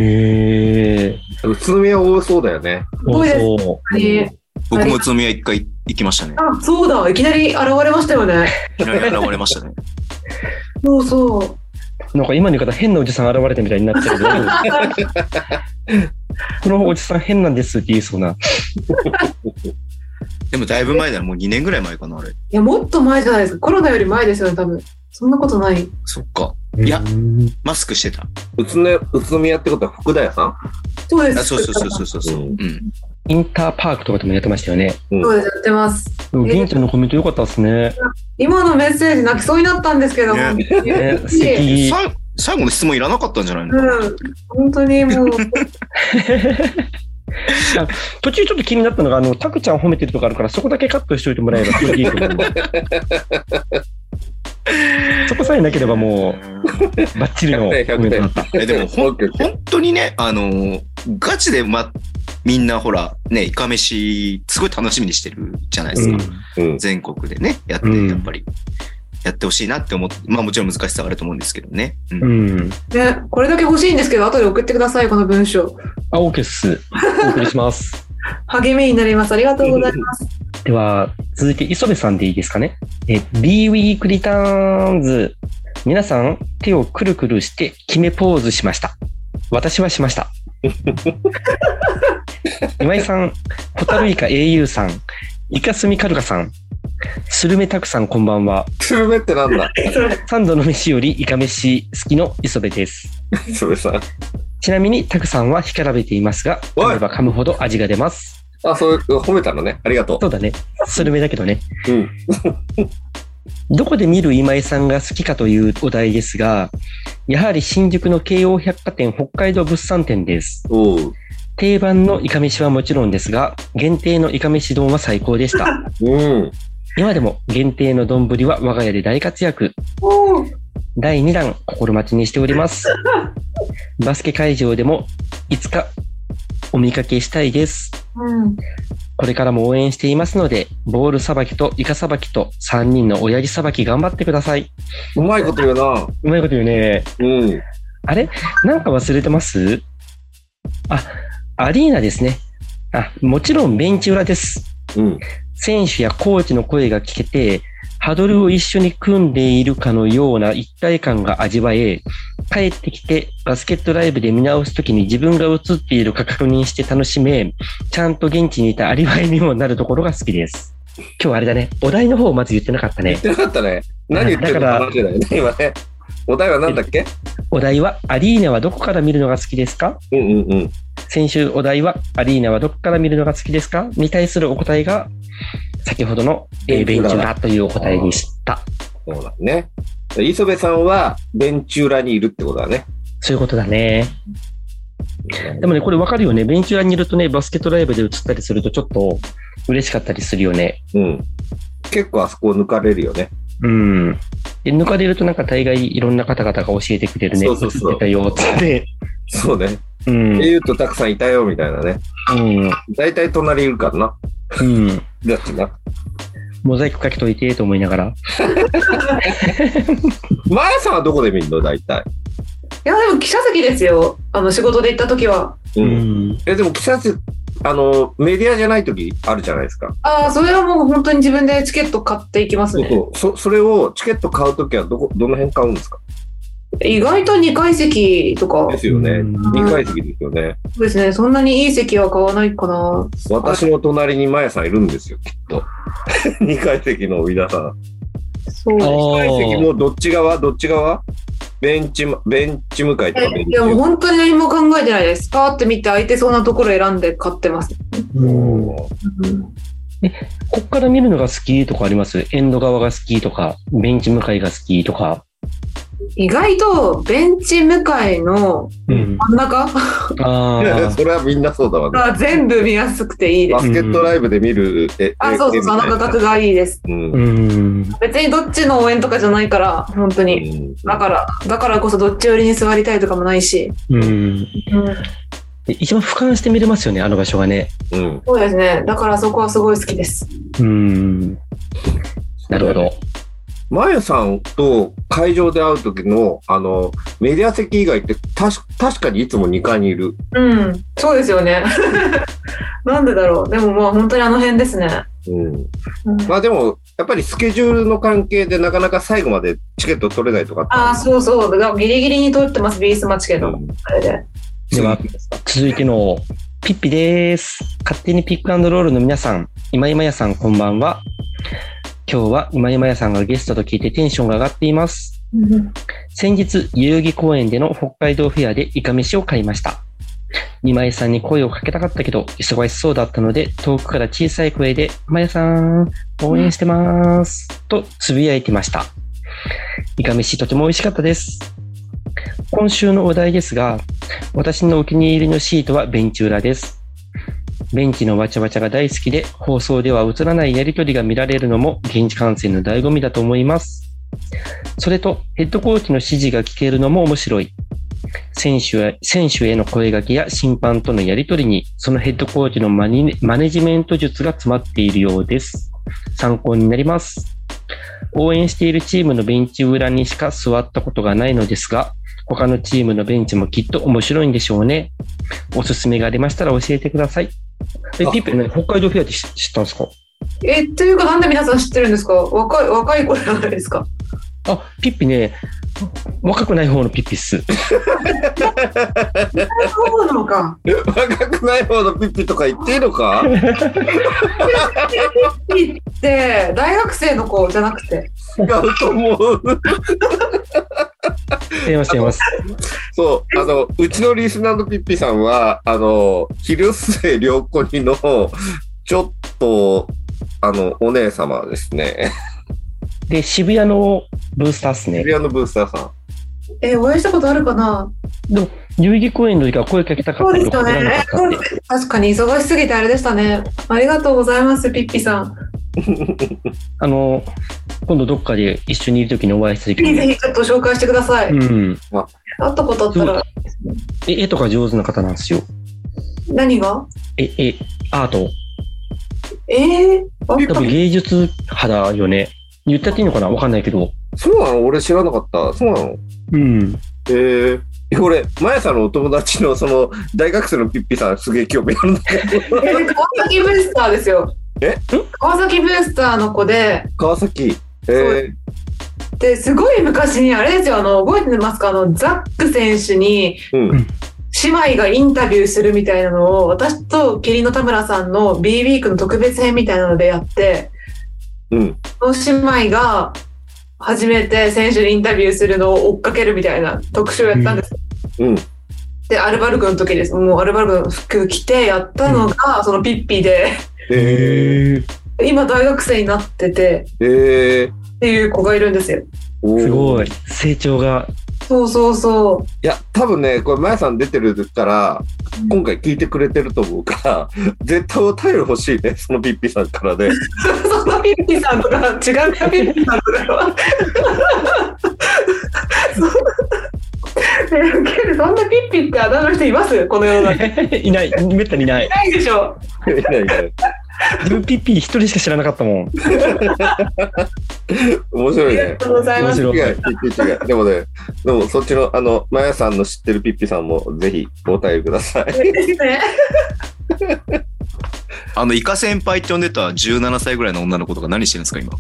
A: え。
B: 宇都宮多そうだよね。
D: ごいです
A: そ
D: え
C: 僕も宇都宮一回行きま したね。
D: あそうだいきなり現れましたよね。
C: いきなり現れましたね。
D: そうそう
A: う。なんか今の言い方、変なおじさん現れたみたいになってるけど、 このおじさん変なんですって言いそうな。
C: でもだいぶ前だよ。もう2年ぐらい前かな、あれ。
D: いやもっと前じゃないですかコロナより前ですよね多分そんなことない。
C: そっか。いや
A: うん
C: マスクしてた。
B: 宇都宮、宇都宮ってことは福田屋さん
D: そうです
C: あそうそうそうそうそう。
B: うん
C: うん。
A: インターパークとかでもやってましたよね。
D: そうです、やってます。
A: でも銀ちゃんのコメント良かったですね。
D: 今のメッセージ泣きそうになったんですけど、
C: ね
D: 本
A: ね
D: 当
A: 素
D: に。
A: 敵。
C: さい最後の質問いらなかったんじゃないの
D: うん、本当にもう、
A: 途中ちょっと気になったのが、あの、タクちゃん褒めてるとこあるから、そこだけカットしておいてもら えばすごいいいと思う。そこさえなければもう、バッチリの
B: 100点100点
A: コメントだった。
C: えでも ほん
B: OK OK
C: 本当にね、あのーガチで、ま、みんなほら、ね、イカ飯、すごい楽しみにしてるじゃないですか。
B: うん。
C: 全国でね、やって、
A: うん
C: やっぱり、やってほしいなって思って、まあもちろん難しさはあると思うんですけどね。うん
A: うん。うん。
D: ね、これだけ欲しいんですけど、後で送ってください、この文章。
A: あ、OK っす。お送りします。
D: 励みになります。ありがとうございます。
A: では、続いて磯部さんでいいですかね。え、B ウィークリターンズ。 皆さん、手をくるくるして決めポーズしました。私はしました。今井さん、ホタルイカ au さん、イカスミカルカさん、スルメタクさんこんばんは。
B: スルメってなんだ
A: 三度の飯よりイカ飯好きの磯部です。
B: それさん。
A: ちなみにタクさんは干からべていますが、
B: おい
A: 噛めば噛むほど味が出ます。
B: あ、そういう、褒めたのね。ありがと
A: そうだね。スルメだけどね。
B: う。うん。
A: どこで見る今井さんが好きかというお題ですが、やはり新宿の京王百貨店北海道物産店です。
B: おう。
A: 定番のイカ飯はもちろんですが、限定のイカ飯丼は最高で した。
B: うん。
A: 今でも限定の丼は我が家で大活躍。
D: おー
A: 第2弾心待ちにしており ます。バスケ会場でもいつかお見かけしたいです。
D: うん、
A: これからも応援していますので、ボールさばきとイカさばきと3人の親父さばき頑張ってください。
B: うまいこと言うな。
A: うまいこと言うね。
B: うん。
A: あれなんか忘れてますあ、アリーナですね。あ、もちろんベンチ裏です。
B: うん。
A: 選手やコーチの声が聞けて、ハドルを一緒に組んでいるかのような一体感が味わえ、帰ってきてバスケットライブで見直すときに自分が映っているか確認して楽しめ、ちゃんと現地にいたアリバイにもなるところが好きです。今日あれだね、お題の方をまず言ってなかった
B: 言
A: ね
B: っ。てなかったね。何言ってるか話だよね、今ね。お題は何だっけ
A: お題は、アリーナはどこから見るのが好きですか
B: うんうんうん。
A: 先週お題は、アリーナはどこから見るのが好きですかに対するお答えが、先ほどの、えーベ
B: ベン
A: ン
B: チ
A: チ
B: 裏
A: 裏というお答えでした。
B: そうだね。磯部さんは、ベンチ裏にいるってことだね。
A: そういうことだね。でもね、これわかるよね。ベンチ裏にいるとね、バスケットライブで映ったりするとちょっと嬉しかったりするよね。
B: うん。結構あそこ抜かれるよね。
A: うん。で、抜かれるとなんか大概いろんな方々が教えてくれるね。
B: そうそうそう
A: 映ってたよ、つ って。
B: そうね。
A: うん。
B: 言うとたくさんいたよ、みたいなね。
A: うん。
B: 大体隣いるからな。
A: うん。
B: だってな。
A: モザイクかけといて、と思いながら。
B: マヤさんはどこで見るの大体。
D: いやでも記者席ですよあの仕事で行った時は
B: う。
A: うんん。
B: え、でも、記者室、あの、メディアじゃない時あるじゃないですか。
D: ああそれはもう本当に自分でチケット買っていきます
B: そう
D: ね
B: そう。そ、それをチケット買う時はどこ、どの辺買うんですか
D: 意外と2階席とか
B: ですよね。
A: うん
B: 2階席ですよね。
D: そうですねそんなにいい席は買わないかな
B: 私の隣にマヤさんいるんですよ、きっと。2階席の皆さん。
D: そう
A: あー
B: 2階席もどっち側どっち側ベンチ、ベンチ向かいとかベン
D: い
B: チ
D: やもう本当に何も考えてないですパーって見て空いてそうなところ選んで買ってます
A: こっから見るのが好きとかありますエンド側が好きとか、ベンチ向かいが好きとか。
D: 意外とベンチ向かいの
A: うん。
D: 真ん中
A: ああ。
B: それはみんなそうだわね。
D: が全部見やすくていいで
B: バ
D: す。
B: スケットライブで見る、え、
D: あ、
B: え
D: そうそう、
B: みた
D: そ
B: い
D: の
B: な
D: 価格がいいです。
B: うん。
A: う
B: うん
A: ん。
D: 別にどっちの応援とかじゃないから、本当に。だから、だからこそどっち寄りに座りたいとかもないし。
A: うん。
D: うん、
A: で一番俯瞰して見れますよね、あの場所がね。
B: うん。
D: そうですね。だからそこはすごい好きです。
A: うん。なるほど。
B: まやさんと会場で会う時の、あの、メディア席以外って、たし、確かにいつも2階にいる。
D: うん、そうですよね。 なんでだろう。でもまあ本当にあの辺ですね。
B: うん。
D: うん
B: まあでも、やっぱりスケジュールの関係でなかなか最後までチケット取れないとかって
D: ああ、そうそう。だからギリギリに通ってます、ビースマチケ
B: う
D: の。
B: ん
D: あれで。
A: では、続いてのピッピです。勝手にピックアンドロールの皆さん、今井まやさんこんばんは。今日は今井まやさんがゲストと聞いてテンションが上がっています。先日、代々木公園での北海道フェアでイカ飯を買いました。今井さんに声をかけたかったけど、忙しそうだったので、遠くから小さい声で、まやさん、応援してます。とつぶやいてました。イカ飯とても美味しかったです。今週のお題ですが、私のお気に入りのシートはベンチ裏です。ベンチのわちゃわちゃが大好きで、放送では映らないやりとりが見られるのも現地観戦の醍醐味だと思います。それと、ヘッドコーチの指示が聞けるのも面白い。選手や選手への声掛けや審判とのやりとりに、そのヘッドコーチのマニマネジメント術が詰まっているようです。参考になります。応援しているチームのベンチ裏にしか座ったことがないのですが、他のチームのベンチもきっと面白いんでしょうね。おすすめがありましたら教えてください。え、
B: あ
A: ピッペ、ね、北海道フェアって知知ったんですか
D: え、というかなんで皆さん知ってるんですか若い、若い子じゃないですか。
A: あ、ピッピね、若くない方のピッピっす。
D: そうなのか。
B: 若くない方のピッピとか言っていいのか
D: で、大学生の子じゃなくて。
B: 違うと思う。
A: 違います、違います。
B: そう、あの、うちのリスナーのピッピさんは、あの、広末涼子にの、ちょっと、あの、お姉様ですね。
A: で、渋谷のブースターっすね。
B: 渋谷のブースターさん。
D: え、お会いしたことあるかな
A: 代々木公園の時は声かけたか
D: そ
A: っ
D: う
A: た
D: で
A: け
D: す
A: ど、
D: よ
A: かけられな。か
D: ね
A: ったって
D: 確かに忙しすぎてあれでしたね。ありがとうございます、ピッピさん。
A: あの、今度どっかで一緒にいる時にお会いした時
D: ぜひぜ
A: に。
D: ひちょっと紹介してください。
A: う
D: 会
A: ん。
D: ったことあったら、
A: え絵とか上手な方なんですよ。
D: 何が
A: え、え、アート。
D: ええ会っ
A: 多
D: た
A: 分芸術肌よね。言ったっていいのかなわかんないけど。
B: そうなの俺知らなかった。そうなの
A: うん。
B: ええー。俺、まやさんのお友達の、その、大学生のピッピさん、すげえ興味あるんだけ ど。
D: え川崎ブースターですよ。
B: え
D: 川崎ブースターの子で、
B: 川崎。え
D: ですごい昔にあれですよあの覚えてますかあのザック選手に
B: えうん。
D: 姉妹がインタビューするみたいなのを私とキリノ田村さんの B ウィークの特別編みたいなのでやって
B: うん。
D: その姉妹が初めて選手にインタビューするのを追っかけるみたいな特集をやったんです、
B: うん。
D: でアルバルクの時ですもうアルバルクの服着てやったのが、そのピッピーで
B: え
A: え。
D: 今大学生になってて
B: えええ
D: っていう子がいるんですよ
B: おー
A: すごい。成長が。
D: そうそうそう
B: いや、多分ね、これ、まやさん出てるから
D: うん、
B: 今回聞いてくれてると思うから、 絶対お便り欲しいね、そのピッピさんから ね。
D: そのピッピさんとか、違うピッピさんとかは。そうねウケるそんなピッピってあだ名の人いますこの世の中。い
A: いない。めったにいない。
D: ないでしょ。
B: いやいや
A: 自分ピッピ一人しか知らなかったもん。
B: 面
D: あ
B: 白い
D: り
B: ね
D: が。とうございま
A: 面
D: す。
A: 白
B: 違
A: い。
B: う、違う、違う。でもね、でもそっちの、あの、まやさんの知ってるピッピさんも、ぜひお便りください。
C: あの、イカ先輩って呼んでた17歳ぐらいの女の子とか何してるんですか、今。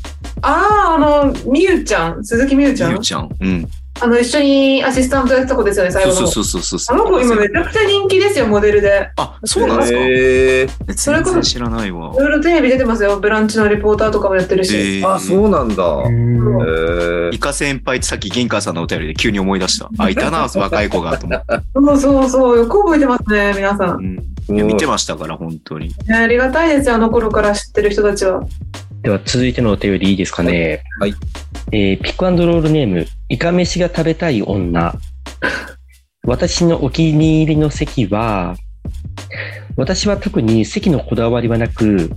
D: ああ、あの、みゆちゃん、鈴木みゆちゃ。
C: ゆうんちゃん。うん。
D: あの、一緒にアシスタントやってた子ですよね、最
C: そう
D: 後の
C: そう
D: 方。
C: そうそうそう
D: あ
C: そう。
D: の子今めちゃくちゃ人気ですよ、モデルで。
C: あ、そうなんですか。
B: へえ
D: それこそ
C: 全然知らないわ
D: い。ろいろテレビ出てますよ、ブランチのレポーターとかもやってるし。
C: え
B: ー。あ、そうなんだ。へ
A: うん
B: え
C: イカ先輩ってさっき玄関さんのお便りで急に思い出した。 あ、いたな、若い子がと思って。
D: そうそうそう、よく覚えてますね、皆さん。
C: うん、
B: すご
C: い
B: い
C: や見てましたから、本当に。
D: ねありがたいですよ、あの頃から知ってる人たちは。
A: では続いてのお便りいいですかね。
B: はい。
A: えーピックアンドロールネーム、イカ飯が食べたい女。私のお気に入りの席は、私は特に席のこだわりはなく、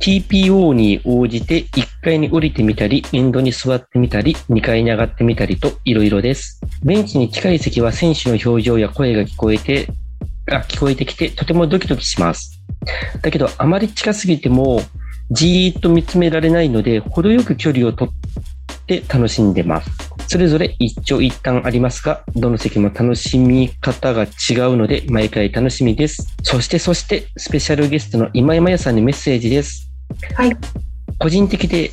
A: TPO に応じて1階に降りてみたり、エンドに座ってみたり、2階に上がってみたりといろいろです。ベンチに近い席は選手の表情や声が聞こえて、あ聞こえてきてとてもドキドキします。だけどあまり近すぎてもじーっと見つめられないので、程よく距離をとって楽しんでます。それぞれ一長一短ありますが、どの席も楽しみ方が違うので、毎回楽しみです。そしてそして、スペシャルゲストの今井真也さんにメッセージです。
D: はい。
A: 個人的で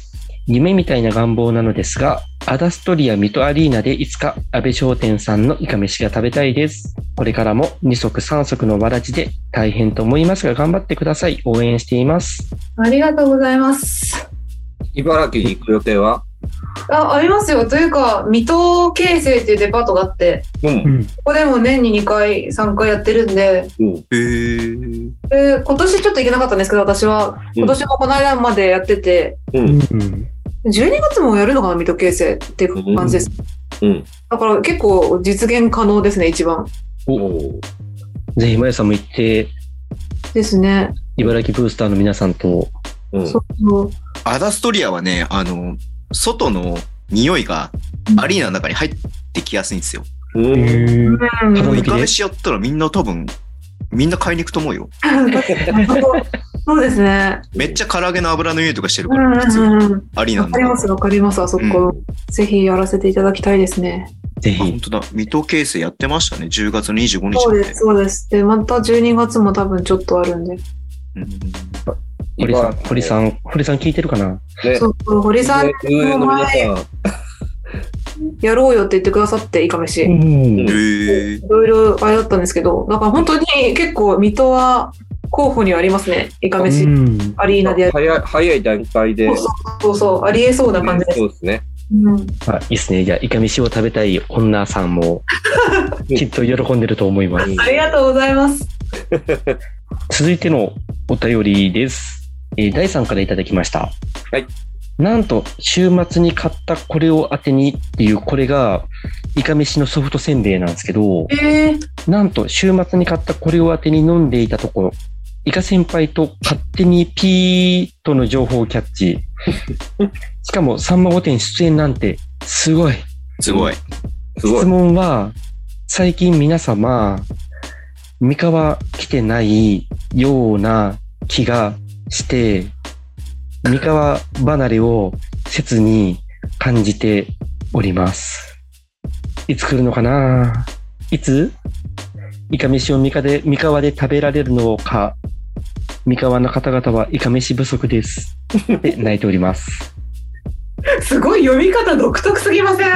A: 夢みたいな願望なのですが、アダストリア水戸アリーナでいつか安倍商店さんのイカ飯が食べたいです。これからも二足三足のわらじで大変と思いますが頑張ってください。応援しています。
D: ありがとうございます。
B: 茨城に行く予定は
D: あ、ありますよ。というか、水戸京成っていうデパートがあって、
B: うん。
D: ここでも年に2回、3回やってるんで、
B: うん。
C: へー
D: で今年ちょっと行けなかったんですけど、私は。今年もこの間までやってて、
B: うん。
D: 12月もやるのかな、水戸京成っていう感じです。
B: うん。
D: だから結構実現可能ですね、一番。
B: お
A: ぜひ、まやさんも行って、
D: ですね。
A: 茨城ブースターの皆さんと、
B: うん。
D: そうそう。
C: アダストリアはね、あの、外の匂いがアリーナの中に入ってきやすいんですよ。
B: うん。
D: うん
A: 多
C: も
A: 分
C: う
A: い
C: イ
A: けね
C: カ飯やったらみんな多分、みんな買いに行くと思うよ。
D: そうですね。
C: めっちゃ唐揚げの油の匂いとかしてる
D: う
C: か
D: んう
C: ら、普通に
D: んうん。
C: アリーナの
D: わかりま
C: 中。
D: す、わかります、あそこ。ぜひやらせていただきたいですね。
A: ぜ
C: あ、本
A: ひ、
C: 当だ。水戸京成やってましたね。10月25日
D: そ
C: ま
D: うです、そうです。で、また12月も多分ちょっとあるんで。
C: うん
A: 堀さん、
B: 茨城
A: 堀さん、堀さん聞いてるかな
B: ね
D: そうそう、堀さん
B: ね運営の皆さん。
D: やろうよって言ってくださって、いかめし。い
A: ん
C: へー
D: ろいろあれだったんですけど、だから本当に結構、水戸は候補にはありますね、いかめし。
A: うん
D: アリーナでやる。
B: 早い早い段階で。
D: そうそうそう、ありえそうな感じです。
B: そうですね。
D: うん
A: あいいですね。じゃあ、イカ飯を食べたい女さん も、きっと喜んでると思います。
D: ありがとうございます。
A: 続いてのお便りです。えー、第3からいただきました。
B: はい。
A: なんと、週末に買ったこれを当てにっていう、これが、イカ飯のソフトせんべいなんですけど、
D: えー、
A: なんと、週末に買ったこれを当てに飲んでいたところ、イカ先輩と勝手にピーとの情報をキャッチ。しかも、さんま御殿出演なんて、すごい。
C: すごい。
B: すごい
A: 質。問は、最近皆様、三河来てないような気がして、三河離れを切に感じております。いつ来るのかないつイカ飯を三河で三河で食べられるのか三河の方々はイカ飯不足です。って泣いております。
D: すごい読み方独特すぎません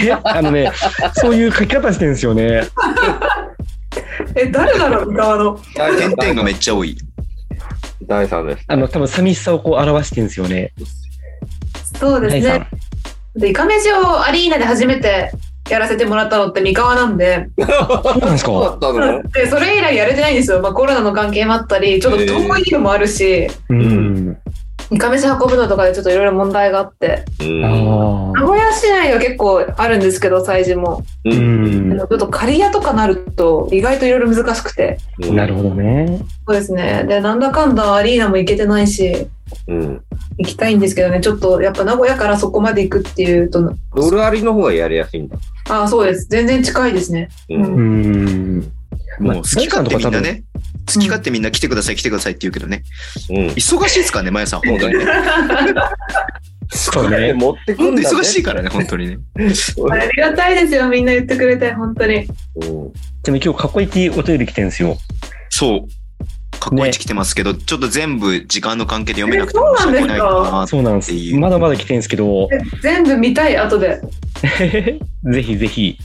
A: えあのね、そういう書き方してるんですよね。
D: え、誰だろう、側の。
B: 第
C: 点々が
B: 3
C: めっちゃ多い。
B: 第三です。
A: あの、多分寂しさをこう表してるんですよね。
D: そうです
A: 第
D: ね。で、イカ飯をアリーナで初めてやらせてもらったのって三河なんで、
A: 三そうなんです
B: そ
A: か。
B: うだったの
D: でそれ以来やれてないんですよ。まあ、コロナの関係もあったり、ちょっと遠いのもあるし、
A: うん。
D: イカ飯運ぶのとかでちょっといろいろ問題があって、
B: うん。
A: あ
D: 名
A: あ。
D: 古屋市内は結構あるんですけど、催事も。
A: う
D: あ
A: ん。
D: のちょっと刈谷とかなると意外といろいろ難しくて。
A: なるほどね。
D: そうですね。で、なんだかんだアリーナも行けてないし、
B: ど。うん。
D: 行きたいんですけどね、ちょっとやっぱ名古屋からそこまで行くっていうと、
B: ドルアリの方がやりやすいんだ。
D: ああ、そうです。全然近いですね。
B: う
D: うん
B: ん。
A: うん。まあ
C: もう好き勝手みんな
A: 大
C: ね。好き勝手みんな来てください、来てくださいって言うけどね。
B: うん。
C: 忙しいですからね、まやさん、本当にね。
A: そう
B: で
A: ね。
B: 持ってく
C: 本
B: ん
C: 当
B: だ、ね。
C: 忙しいからね、本当にね。
D: ありがたいですよ、みんな言ってくれて、本当に。
B: うん。
A: でも今日かっこいいお便り来てるんですよ。
C: そう。かっこいい来てますけど、ちょっと全部時間の関係で読めなくて
D: えそうなん
C: 申
D: で
C: し
D: す
C: 訳
D: か
C: ないな
A: そうなんです
C: ってい。う
A: まだまだ来てるんですけ ど、
D: え全部見たい、後で。
A: ぜひぜひ。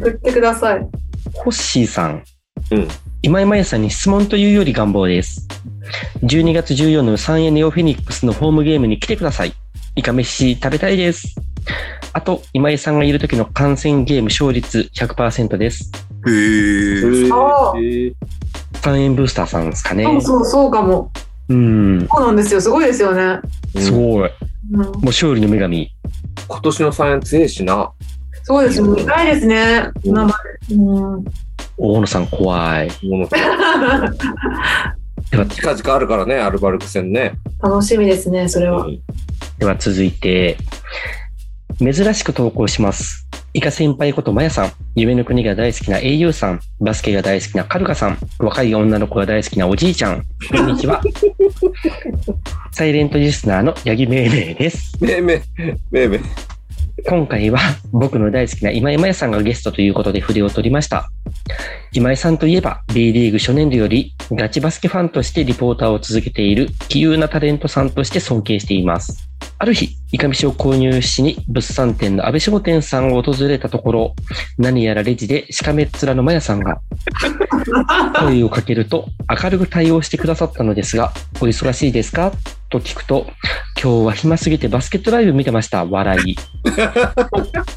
D: 送ってください。
A: ホッシーさん。
B: うん
A: 今井真也さんに質問というより願望です。12月14のサンエネオフェニックスのホームゲームに来てください。イカ飯食べたいです。あと、今井さんがいる時の観戦ゲーム勝率100%です。
C: へえ。
D: あ
B: ー
A: 3円ブースターさんですかね。
D: そうそう、そうかも。
A: うん。
D: そうなんですよ、すごいですよね。
A: す
B: うん
A: ごい。
D: うん、
A: もう勝利の女神。
B: 今年の3円強いしな。
D: そうです、見たいですね、
B: うん
D: 生で。 うん、
A: 大野さん怖い。
B: もの
A: では、
B: 近々ある からね、アルバルク戦ね。
D: 楽しみですね、それ
B: う
D: は。
B: ん
A: では続いて、珍しく投稿します。イカ先輩ことマヤさん、夢の国が大好きな英雄さん、バスケが大好きなカルカさん、若い女の子が大好きなおじいちゃん、こんにちは。サイレントリスナーの八木めいめいです。
B: めいめい、めいめい。
A: 今回は僕の大好きな今井真也さんがゲストということで筆を取りました。今井さんといえば B リーグ初年度よりガチバスケファンとしてリポーターを続けている気有なタレントさんとして尊敬しています。ある日、イカ飯を購入しに物産店の安倍商店さんを訪れたところ、何やらレジでしかめっ面のマヤさんが声をかけると明るく対応してくださったのですが、お忙しいですかと聞くと、今日は暇すぎてバスケットライブ見てました。笑い。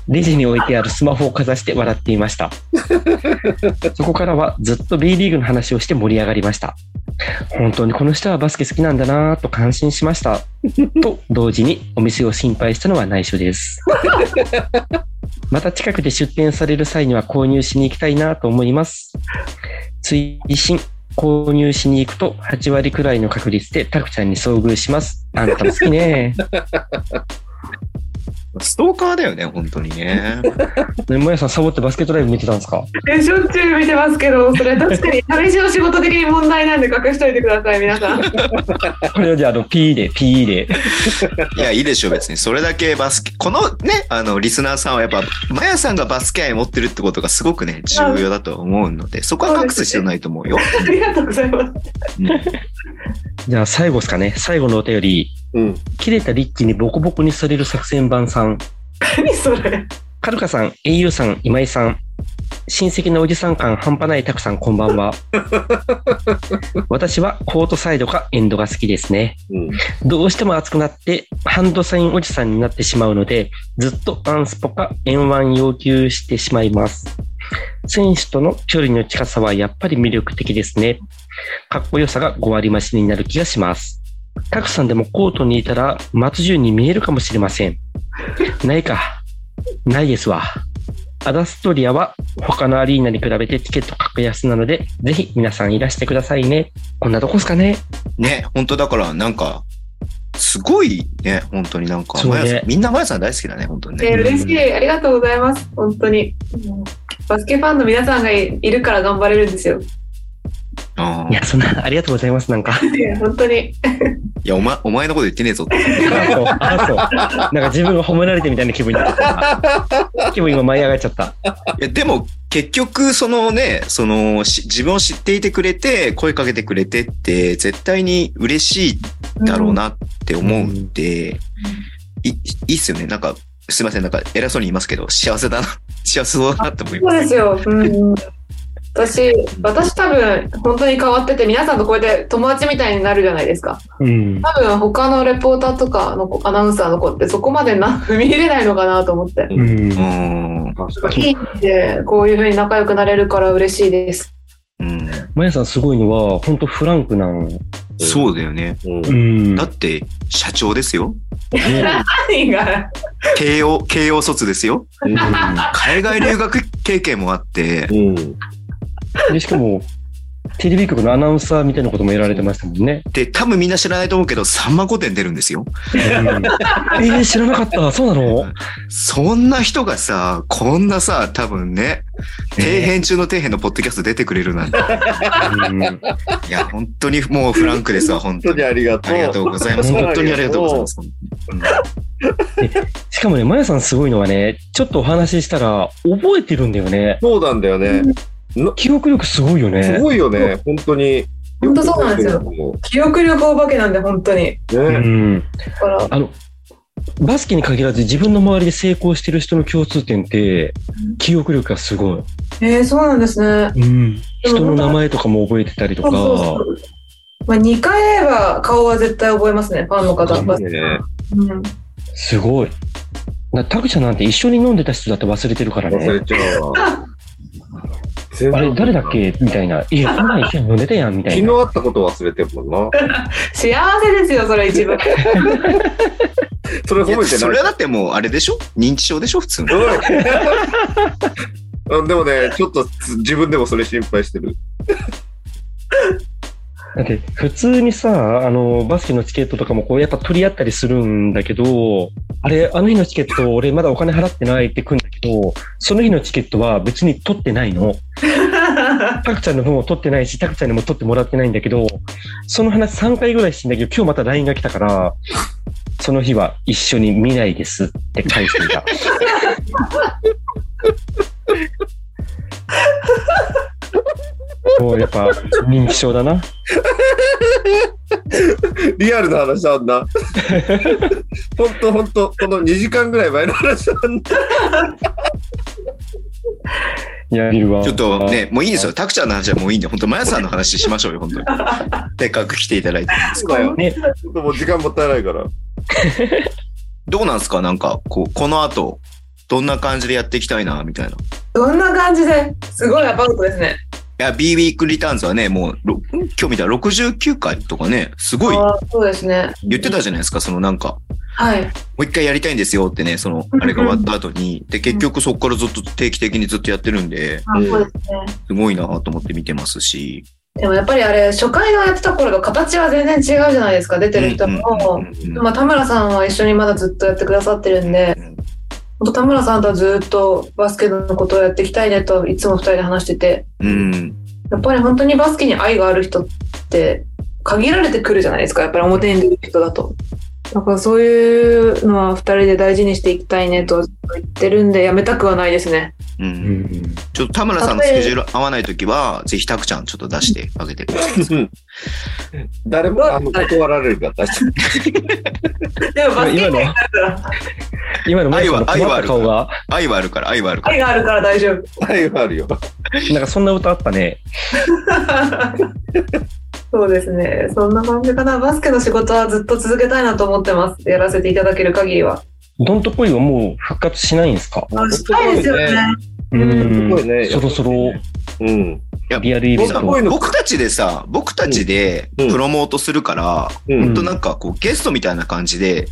A: レジに置いてあるスマホをかざして笑っていました。そこからはずっと B リーグの話をして盛り上がりました。本当にこの人はバスケ好きなんだなぁと感心しました。と同時にお店を心配したのは内緒です。また近くで出店される際には購入しに行きたいなと思います。追伸購入しに行くと8割くらいの確率でタクちゃんに遭遇します。あんたも好きね。
C: ストーカーだよね、本当にね。
A: ねもやさんサボってバスケットライブ見てたんですか
D: えしょっちゅう見てますけど、それ確かに、試しの仕事的に問題なんで隠しといてください、皆さん。
A: これよりあの P で P で。
C: いや、いいでしょう、別に。それだけバスケ、このね、あの、リスナーさんはやっぱ、まやさんがバスケ愛持ってるってことがすごくね、重要だと思うので、そこは隠す必要ないと思うよ。
D: ありがとうございます。
C: うん
A: じゃあ最後ですかね。最後のお便り。
B: うん。
A: 切れたリッチにボコボコにされる作戦版さん。
D: 何それ。
A: はるかさん、au さん、今井さん、親戚のおじさん感半端ないたくさん、こんばんは。私はコートサイドかエンドが好きですね。
B: うん。
A: どうしても熱くなって、ハンドサインおじさんになってしまうので、ずっとアンスポか円ワン要求してしまいます。選手との距離の近さはやっぱり魅力的ですね。かっこよさが5割増しになる気がします。たくさんでもコートにいたら松潤に見えるかもしれません。ないか。ないですわ。アダストリアは他のアリーナに比べてチケット格安なので、ぜひ皆さんいらしてくださいね。こんなとこですかね。
C: ね、本当だから、なんか、すごいね、本当になんか、
A: そうね
C: まやさんみんなまやさん大好きだね、本当に
D: え
C: ね。
D: ー嬉しい。ありがとうございます。本当に。もうバスケファンの皆さんがいいるから頑張れるんですよ。
C: あ
A: い
C: ー
A: や、そんな、ありがとうございます。なんか。
D: いや本当に。
C: いや、お前、お前のこと言ってねえぞって。
A: あそう、あそう。なんか自分が褒められてみたいな気分になった。気分今舞い上がっちゃった。
C: いや、でも、結局、そのね、その、し自分を知っていてくれて、声かけてくれてって、絶対に嬉しいだろうなって思うんで、いいいっすよね。なんか、すいません、なんか、偉そうに言いますけど、幸せだな、 幸せそうだなって思い
D: そ
C: ま
D: う
C: す。
D: ですよ。うん。私、私多分、本当に変わってて、皆さんとこうやって友達みたいになるじゃないですか。
A: うん。
D: 多分、他のレポーターとかの子アナウンサーの子って、そこまでな踏み入れないのかなと思って。
A: うん
C: う。ーん。
B: 確かに。
D: いいって、こういうふうに仲良くなれるから嬉しいです。
C: うん。
A: まやさんすごいのは、本当フランクなの。
C: そうだよね。
B: うん
A: ん
C: だって、社長で すよ。
D: 何が
C: 慶応、慶応卒ですよ。海外留学経験もあって、
B: うん。
A: で、しかも、テレビ局のアナウンサーみたいなこともやられてましたもんね。
C: で、多分みんな知らないと思うけど、さんま御殿出るんですよ。
A: うん、えー、知らなかった。そうなの
C: そんな人がさ、こんなさ、多分ね、底辺中の底辺のポッドキャスト出てくれる なんて。
A: うん
C: いや、本当にもうフランクですわ、本
B: 本当
C: 当
B: に
C: に。
B: ありがと
C: あ
B: う。
C: りがとうございます。本当にありがとうございます。
A: しかもね、まやさんすごいのはね、ちょっとお話ししたら、覚えてるんだよね。
B: そうなんだよね。
A: 記憶力すごいよ
B: す
A: ね。
B: ごいよね、本当に。
D: 本当そうなんですよ
B: よ
D: 記憶力お化けなんで、本当に。
B: く覚えて
A: う
B: ると思う。ね、
A: ん。
D: だから、
A: あの、バスケに限らず自分の周りで成功してる人の共通点って
D: うん、
A: 記憶力がすごい。
D: えー、そうなんですね。
A: うん。
D: でも
A: 人の名前とかも覚えてたりとか。
D: そうそうそうまあ、2回会えば顔は絶対覚えますね、ファンの方
A: そう
D: は。
B: ね
D: うん、
A: すごい。なタクちゃんなんて一緒に飲んでた人だって忘れてるから
B: 忘
A: ね。
B: れちゃうわ。全
A: あ
B: 然
A: れ、誰だっけみたいな。いや、この前一緒に飲んでたやん、みた
B: 昨
A: い
B: 日
A: な。
B: あったこと忘れてるもんな。
D: 幸せですよ、それ 一番。
B: それ
C: い
B: 褒
C: や
B: めて
C: そ
B: な
C: れ
B: い
C: はだってもうあれでしょ認知症でしょ普通の。
B: うん。うんでもね、ちょっと自分でもそれ心配してる。
A: だって、普通にさ、あの、バスケのチケットとかもこう、やっぱ取り合ったりするんだけど、あれ、あの日のチケット、俺まだお金払ってないって来るんだけど、その日のチケットは別に取ってないの。タクちゃんの分を取ってないし、タクちゃんにも取ってもらってないんだけど、その話3回ぐらいしてんだけど、今日また LINE が来たから、その日は一緒に見ないですって返していた。 もうやっぱ認知症だな。
B: リアルな話あん な。ほんとほんと、この2時間ぐらい前の話あんな。
A: いや、ビルは。
C: ちょっとね、もういいですよ。タクちゃんの話はもういいんで、本当マヤさんの話しましょうよ、本当に。せっかく来ていただいて。
B: そうだよ。
A: ね
B: ちょっともう時間もったいないから。
C: どうなんですかなんか、こう、この後、どんな感じでやっていきたいな、みたいな。い
D: どんな感じですごいアパウトですね。
C: や、B ウィークリターンズはね、もう、ろ今日見たら69回とかね、すごい
D: あーそうですね。
C: 言ってたじゃないですか、そのなんか、
D: はい。
C: もう一回やりたいんですよってね、その、あれが終わった後に。で、結局そこからずっと定期的にずっとやってるんで、
D: あそうですね。
C: すごいなと思って見てますし。
D: でもやっぱりあれ、初回のやってた頃と形は全然違うじゃないですか、出てる人
C: う
D: も
C: ん。うんうんうん
D: まあ、田村さんは一緒にまだずっとやってくださってるんで、本当田村さんとはずっとバスケのことをやっていきたいねといつも二人で話してて、
C: うん。
D: やっぱり本当にバスケに愛がある人って限られてくるじゃないですかやっぱり表に出る人だと。だからそういうのは2人で大事にしていきたいねと言ってるんでやめたくはないですね。
C: う
A: うんん。
C: ちょっと田村さんのスケジュール合わないときは、ぜひタクちゃんちょっと出してあげてください。
B: 誰もあの断られるから大丈
D: でもバスケ
A: 今
D: 界
A: の
D: だから
A: 今の萌えさんの
C: 愛
A: 困
C: は
A: った顔が、
C: 愛はあるから、愛はあるから。
D: 愛があるから大丈夫。
B: 愛はあるよ。
A: なんかそんな歌あったね。
D: そうですね。そんな感じかな。バスケの仕事はずっと続けたいなと思ってます。やらせていただける限りは。
A: どんとこいはもう復活しないんですか
D: あしたいですよね。
A: う
D: うん
A: ん
B: すごいね
A: そろそろ
B: うん。
A: リアルイベント
B: どんとこいの
C: 僕たちでさ、僕たちで
B: うん
C: プロモートするから、
B: うん
C: ほんとなんかこうゲストみたいな感じで、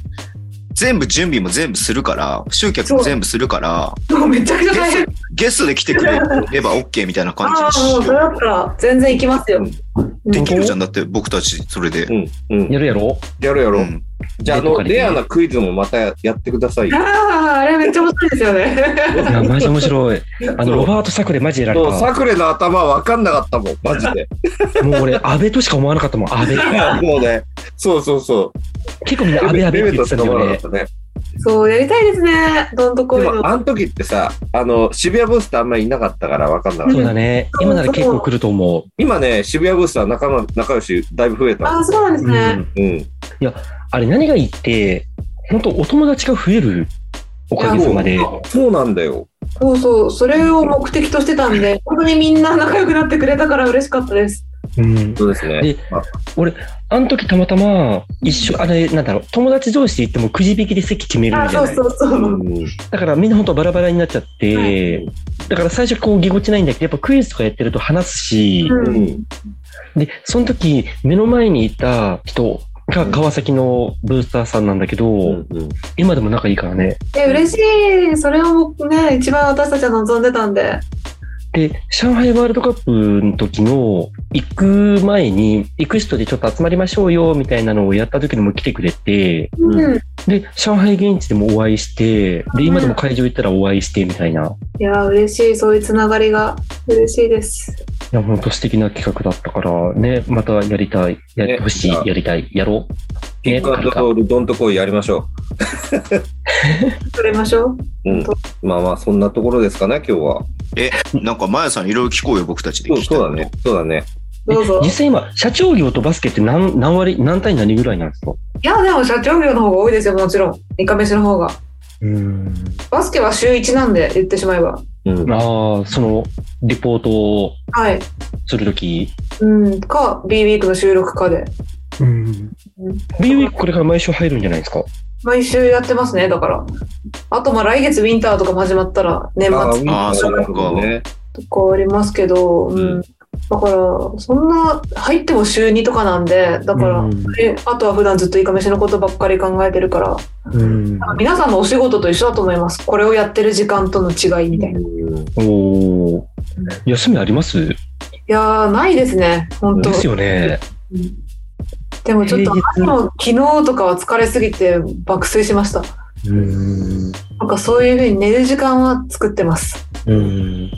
C: 全部準備も全部するから、集客も全部するから、
D: もうめちゃくちゃ大変。
C: ゲストで来てくれれば OK みたいな感じ
D: あ
C: に
D: あ、もう
C: し
D: それだ
C: よ
D: ったら全然行きますよ。
C: う。できるじゃん。だって僕たち、それで。
B: うん。うん。
A: やるやろ
B: やろうやろ
C: う
B: う。
C: ん
B: じゃあ、あの、レアなクイズもまたやってくださいよ。
D: ああ、あれめっちゃ面白いですよね。
A: いや、マジ面白い。あ
B: そう
A: の、ロバート・サクレマジでやられ
B: そう、
A: た。
B: サクレの頭わかんなかったもん、マジで。
A: もう俺、安倍としか思わなかったもん、安倍。
B: もうね、そうそうそう。
A: 結構みんな安倍安倍って言ってたんだよ
B: レベ
A: ね
B: ル。とかもなかっ
D: そう、やりたいですね。どんと
B: た
D: こ
B: ね。
D: い
B: で
D: の
B: も、。あの時ってさ、あの、渋谷ブースってあんまりいなかったからわかんなかっ
A: そ
B: た。
A: うだね。今なら結構来ると思う。
B: 今ね、渋谷ブースは仲間、仲良しだいぶ増え
D: あ
B: た。
D: あ、そうなんです
A: う
D: ね。
A: ん。
B: うん。
A: あれ、何がいいって、本当お友達が増える。おかげさまで。
B: そうなんだよ。
D: そうそう、それを目的としてたんで、本当にみんな仲良くなってくれたから嬉しかったです。
A: うん。
B: そうですね
A: で。あの時たまたま、一緒、あれ、なんだろう、友達同士で行ってもくじ引きで席決める
D: ああ、
A: んじゃ
D: そう
A: ない
D: そうそうう。
B: ん
A: だからみんな本当バラバラになっちゃって、
B: はい
A: だから最初こうぎこちないんだけど、やっぱクイズとかやってると話すし、
D: う
B: うんん。
A: で、その時目の前にいた人が川崎のブースターさんなんだけど、
B: うん
A: 今でも仲いいからね。
D: え、嬉しい。それをね、一番私たちは望んでたんで。
A: で、上海ワールドカップの時の行く前に、行く人でちょっと集まりましょうよみたいなのをやった時にも来てくれて、
B: うん
D: うん。
A: で、上海現地でもお会いして、で、今でも会場行ったらお会いしてみたいな。
D: いやー、嬉しい。そういうつながりが嬉しいです。
A: いや、本当素敵な企画だったから、ね、またやりたい、やってほしい、
B: ね
A: やりたい、やろう。
B: キ
A: ね、
B: ックアンドロール、どんとこいやりましょ
D: 取れましょう。
B: う。うん。まあまあ、そんなところですかね、今日は。
C: なんか、まやさんいろいろ聞こうよ、僕たちで
B: そ
C: 聞
B: う
C: きたい
B: そ
C: こ
B: う
C: と
B: だね。そうだね。
D: どうぞ。
A: 実際今、社長業とバスケって何、何割、何対何ぐらいなんですか
D: いや、でも社長業の方が多いですよ、もちろん。イカ飯の方が。
A: うん。
D: バスケは週1なんで、言ってしまえば。
B: うん。
A: ああ、その、リポートを
D: はい。
A: するとき。
D: うん。か、B ウィークの収録かで。
A: うん。B ウィークこれから毎週入るんじゃないですか
D: 毎週やってますね、だから。あと、まあ、来月ウィンターとかも始まったら、年末
C: あーそうか
B: ね。
D: とかありますけど、うん。
B: うん
D: だから、そんな、入っても週2とかなんで、だから、
A: うん
D: えあとは普段ずっとイカ飯のことばっかり考えてるから、
A: うん。
D: 皆さんのお仕事と一緒だと思います。これをやってる時間との違いみたいな。い
B: うん
A: おー休みあります
D: やー、ないですね、本当
A: ですよね。
D: でもちょっと
A: 平日
D: 朝の昨日とかは疲れすぎて爆睡しました。
A: うん。
D: なんかそういうふうに寝る時間は作ってます。
A: うん。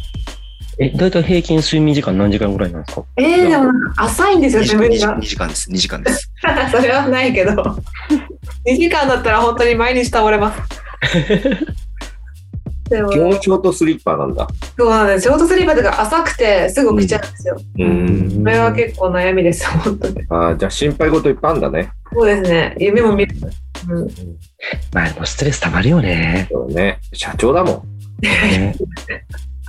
A: え、だいたい平均睡眠時間何時間ぐらいなんですか
D: えー、でもなんか浅いんですよ、
C: 2時
D: 自分
C: 間2。
D: が
C: 時間です、2時間です。
D: それはないけど。2時間だったら本当に毎日倒れます。 でも
B: 基、本ショートスリッパなんだ。
D: そうなんです。ショートスリーパーとか浅くてすぐ起きちゃうんですよ。
B: う。
A: うん
D: それは結構悩みです、本当に。
B: ああ、じゃあ心配事いっぱいあんだね。
D: そうですね。夢も見る。うん、
A: まあでもストレス溜まるよね。
B: そうね。社長だもん。
A: ね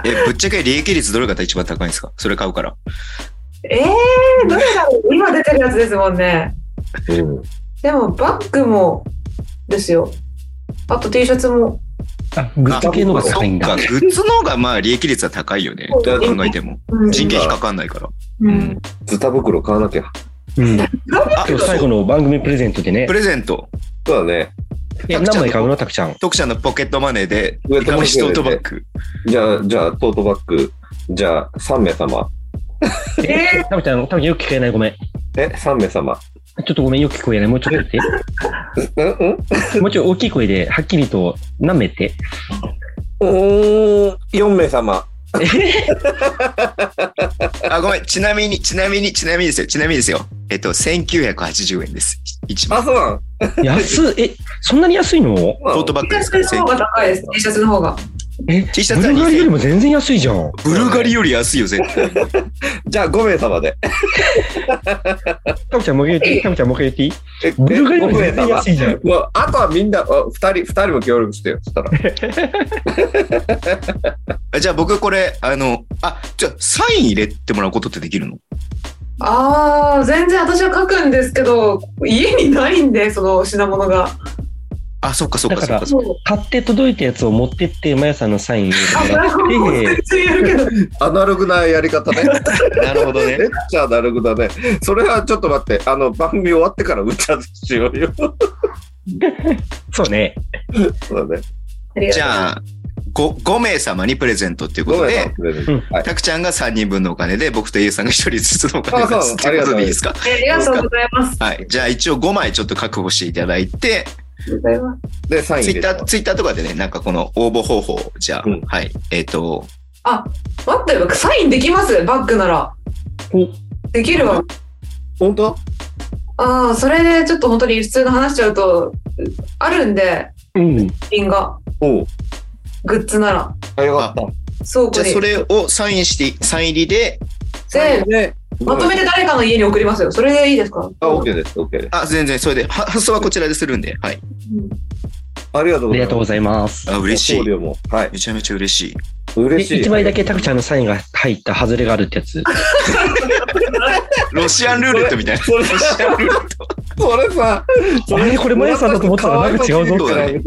C: え、ぶっちゃけ利益率どれが一番高いんですかそれ買うから。
D: えー、どれだろう今出てるやつですもんね。
B: うん。
D: でもバッグもですよ。あと T シャツも。
A: あ、グッズ系の方が高いん
C: そ
A: だ
C: っ。か、グッズの方がまあ利益率は高いよね。どう考えても。
D: うん
C: 人件費かかんないから。
D: うん、
B: ズタ袋買わなきゃ。
A: うん。今
C: あ、
A: 日最後の番組プレゼントでね
C: プ。レゼント。
B: そうだね。
A: え
C: タクちゃん
A: 何枚買うのたくちゃん。
C: 徳ちゃんのポケットマネーで、
B: 上
C: イカ飯トートバッグ。
B: じゃあ、じゃあ、トートバッグ。じゃあ、3名様。
A: えたくちゃん、たくちゃんよく聞こえない。ごめん。
B: え、3名様。
A: ちょっとごめん、よく聞こえない。もうちょっと言っ
B: うんうん
A: て。もうちょい大きい声で、はっきりと、舐めて。
B: うーん、4名様。
C: あ、ごめん。ちなみに、ちなみに、ちなみにですよ。ちなみにですよ。えっと、1980円です。一番。
B: あ、そうなん。
A: 安っ、え、そんなに安いの
B: ト
C: トートバッグ
D: シ
C: で
D: ャ
C: す
D: ツ
C: から。
D: の方が高いです。T シャツの方が。
A: え、
C: T シャ
A: ブ
C: ツは
A: ルガリより
C: 2000
A: も全然安いじゃん。
C: ブルガリより安いよ、絶対。
B: じゃあ5名様で。
A: タムちゃんもう一回言っていいタムちゃんもう一回言っていい
B: ええ
A: ブルガリよりも全然
B: 5名様
A: 安いじゃん。
B: もうあとはみんな、あ二人、二人も協力してよ。そしたら。
C: あじゃあ僕これ、あの、あ、じゃあサイン入れてもらうことってできるの
D: ああ、全然私は書くんですけど、家にないんで、その品物が。
C: あ、そっかそっか
A: だか
C: そっ
A: ら
C: か。
D: そう。
A: 買って届いたやつを持ってって、まやさんのサイン入
D: あ、
A: れて
D: そ
A: も
D: れはもう
A: らって
D: 全、然やるけど。
B: アナログなやり方ね。
C: なるほど ね
B: めっ。ちゃアナログだね。それはちょっと待って、あの、番組終わってから打ち合わせしようよ。
A: そうね。
B: そうだね。
D: あり がとう
C: じゃあ、ご5名様にプレゼントっていうこ
B: 5
C: と
B: 名
C: で
B: 様、プレゼント。はい。
C: たくちゃんが3人分のお金で、僕とゆうさんが1人ずつのお金
B: あ
C: で
B: そ
C: す
B: う
C: っていうことでいいですか
D: えありがとうございます。
C: はい。じゃあ一応5枚ちょっと確保していただいて、
D: ありがとうございます。
B: で、サイン
C: ツイ
B: 入れ
C: ッタ
B: て
C: ー、ツイッターとかでね、なんかこの応募方法を、じゃあ、
B: うん
C: はい。えっ、と、
D: あ、待って、サインできますバッグなら。できるわ。
B: 本当
D: ああ、それでちょっと本当に普通の話しちゃうと、あるんで、
A: うん。
D: 品が、
B: おう。
D: グッズなら。
B: あ、よかっ
D: そう
C: じゃあそれをサインして、サイン入りで、
B: た。
D: で、
B: ね。
D: まとめて誰かの家に送りますよ。それでいいですか
B: あ、OK です。OK です。
C: あ、全然、それで、は発送はこちらでするんで、はい。
D: うん
B: ありがとう
A: あ
B: ご
A: り
B: ざい
A: がとうご
B: ます。
A: ざいます。
C: あ、嬉し
B: 送
C: い。
B: 料も。はい。
C: めちゃめちゃ嬉しい。
B: 嬉しい。
A: 1枚だけタクちゃんのサインが入ったハズレがあるってやつ。
C: ロシアンルーレットみたいな。
B: それ
C: ロシアンルーレッ
B: それさ、
A: あれこれマヤさんだと思ってたらなんか違うぞ
C: ト
B: も
C: だ
B: ら
C: ね。
B: っ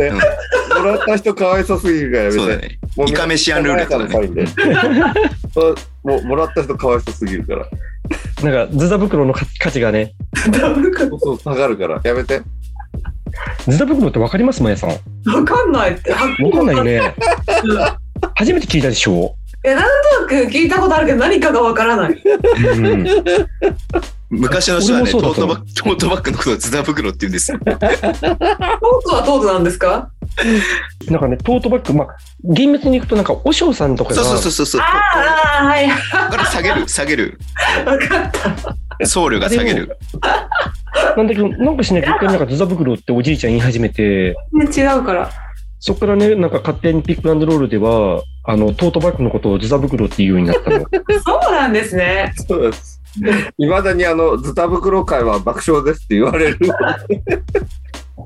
B: た人かわい そうすぎるから
C: う
B: やめ
C: んそうだ
B: て。
C: ね。
B: もう
C: イカメシアンルーレットだね
B: マヤさんのサイン でもうもらった人かわいそうすぎるから。
A: なんか、ズダ袋の価価値がね。
B: そうそう、下がるから。やめて。
A: ズダ袋ってわかりますマヤさん。わ
D: わかんないって。
A: かんないよね。初めて聞いたでしょ
D: え、なんとなく聞いたことあるけど、何かがわからない。
A: うん。
C: 昔の人は
A: 俺
C: ね、ト
A: もそ
C: ー
A: う
C: ト
A: だ
C: バッグ、トートバッグのことをズダ袋って言うんですよ。
D: トートはトートなんですか
A: なんかね、トートバッグ、まあ、厳密に行くとなんか、和尚さんとか
C: そ
A: が
C: う、そうそうそうそう。
D: ああ、はい。
C: ここから下げる、下げる。
D: わかった。
C: 送料が下げる。
A: なんだけど、なんかしないと一回なんかズダ袋っておじいちゃん言い始めて、
D: 違うから。
A: そこからね、なんか勝手にピックアンドロールでは、あの、トートバッグのことをズダ袋っていうようになったの。
D: そうなんですね。
B: そうです。いまだにあの、ズタ袋会は爆笑ですって言われる。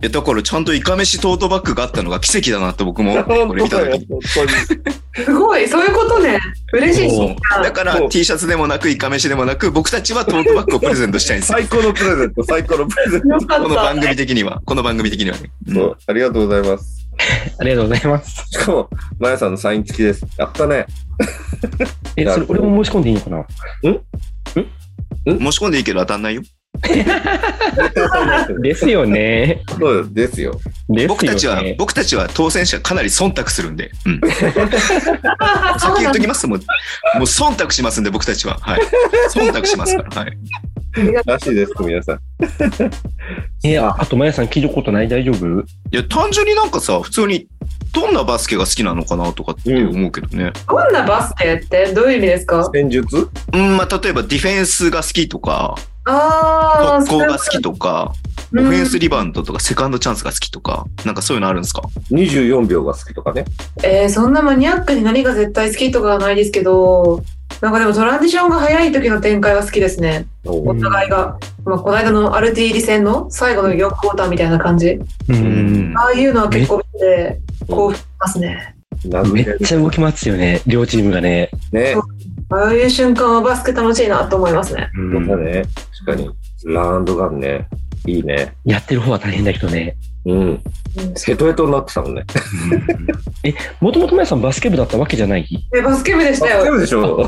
C: いやだからちゃんとイカ飯トートバッグがあったのが奇跡だなと僕もこ
B: 本
C: れ見
B: 当
C: た
B: だよ、
C: 時
B: 本
C: に。
B: 当に。
D: すごい。そういうことね。嬉しい
C: そ
D: し
C: う。だか
B: そ
C: ら
B: う
C: T シャツでもなくイカ飯でもなく僕たちはトートバッグをプレゼントしたいんですよ。
B: 最高のプレゼント、最高のプレゼン
D: よか
C: この
D: っ
C: 番組的には、この番組的にはね。うん
B: ト。ありがとうございます。
A: ありがとうございます。
B: しかも、まやさんのサイン付きです。やったね。
A: え、それ俺も申し込んでいいのかな
C: 申し込んでいいけど当たんないよ。
A: ですよね。
B: そうですよ。
A: ですよね。
C: 僕たちは、僕たちは当選者かなり忖度するんで。うん。
D: た。
C: 先
D: そう
C: 言っ
D: なん
C: と
D: だ
C: きますもう、もう忖度しますんで僕たちは。はい。忖度しますから。はい。
B: らしいです、皆さん。
A: え、ああと、まやさん聞いたことない大丈夫
C: いや、単純になんかさ、普通にどんなバスケが好きなのかなとかって思うけどね。
D: どんなバスケってどういう意味ですか
B: 戦術
C: うん、まあ、例えばディフェンスが好きとか、
D: ああ、
C: 速攻が好きとか、オ
D: うん
C: フェンスリバウンドとか、セカンドチャンスが好きとか、なんかそういうのあるんですか
B: ?24 秒が好きとかね。
D: えー、そんなマニアックに何が絶対好きとかはないですけど、なんかでもトランジションが早い時の展開は好きですね。
B: お
D: お
B: う
D: 互いが。まあ、この間のアルティーリ戦の最後の4クォーターみたいな感じ。
A: う。
C: うん
D: ああいうのは結構見て、こうしますね。
B: 名
A: め
B: 付け
A: っ
B: る
A: ちゃ動きますよね、両チームがね。
B: ね。
D: ああいう瞬間はバスケ楽しいなと思いますね。
A: う
B: そうだ
A: ん、
B: ね。確かに。ランドガンね。いいね。
A: やってる方は大変だけどね。
B: うん。
D: うん
B: ヘトヘトになってたもんね。
A: え、もともとまやさんバスケ部だったわけじゃない
D: えバスケ部でした
B: バスケ
D: よ。
B: 部でしょ
D: う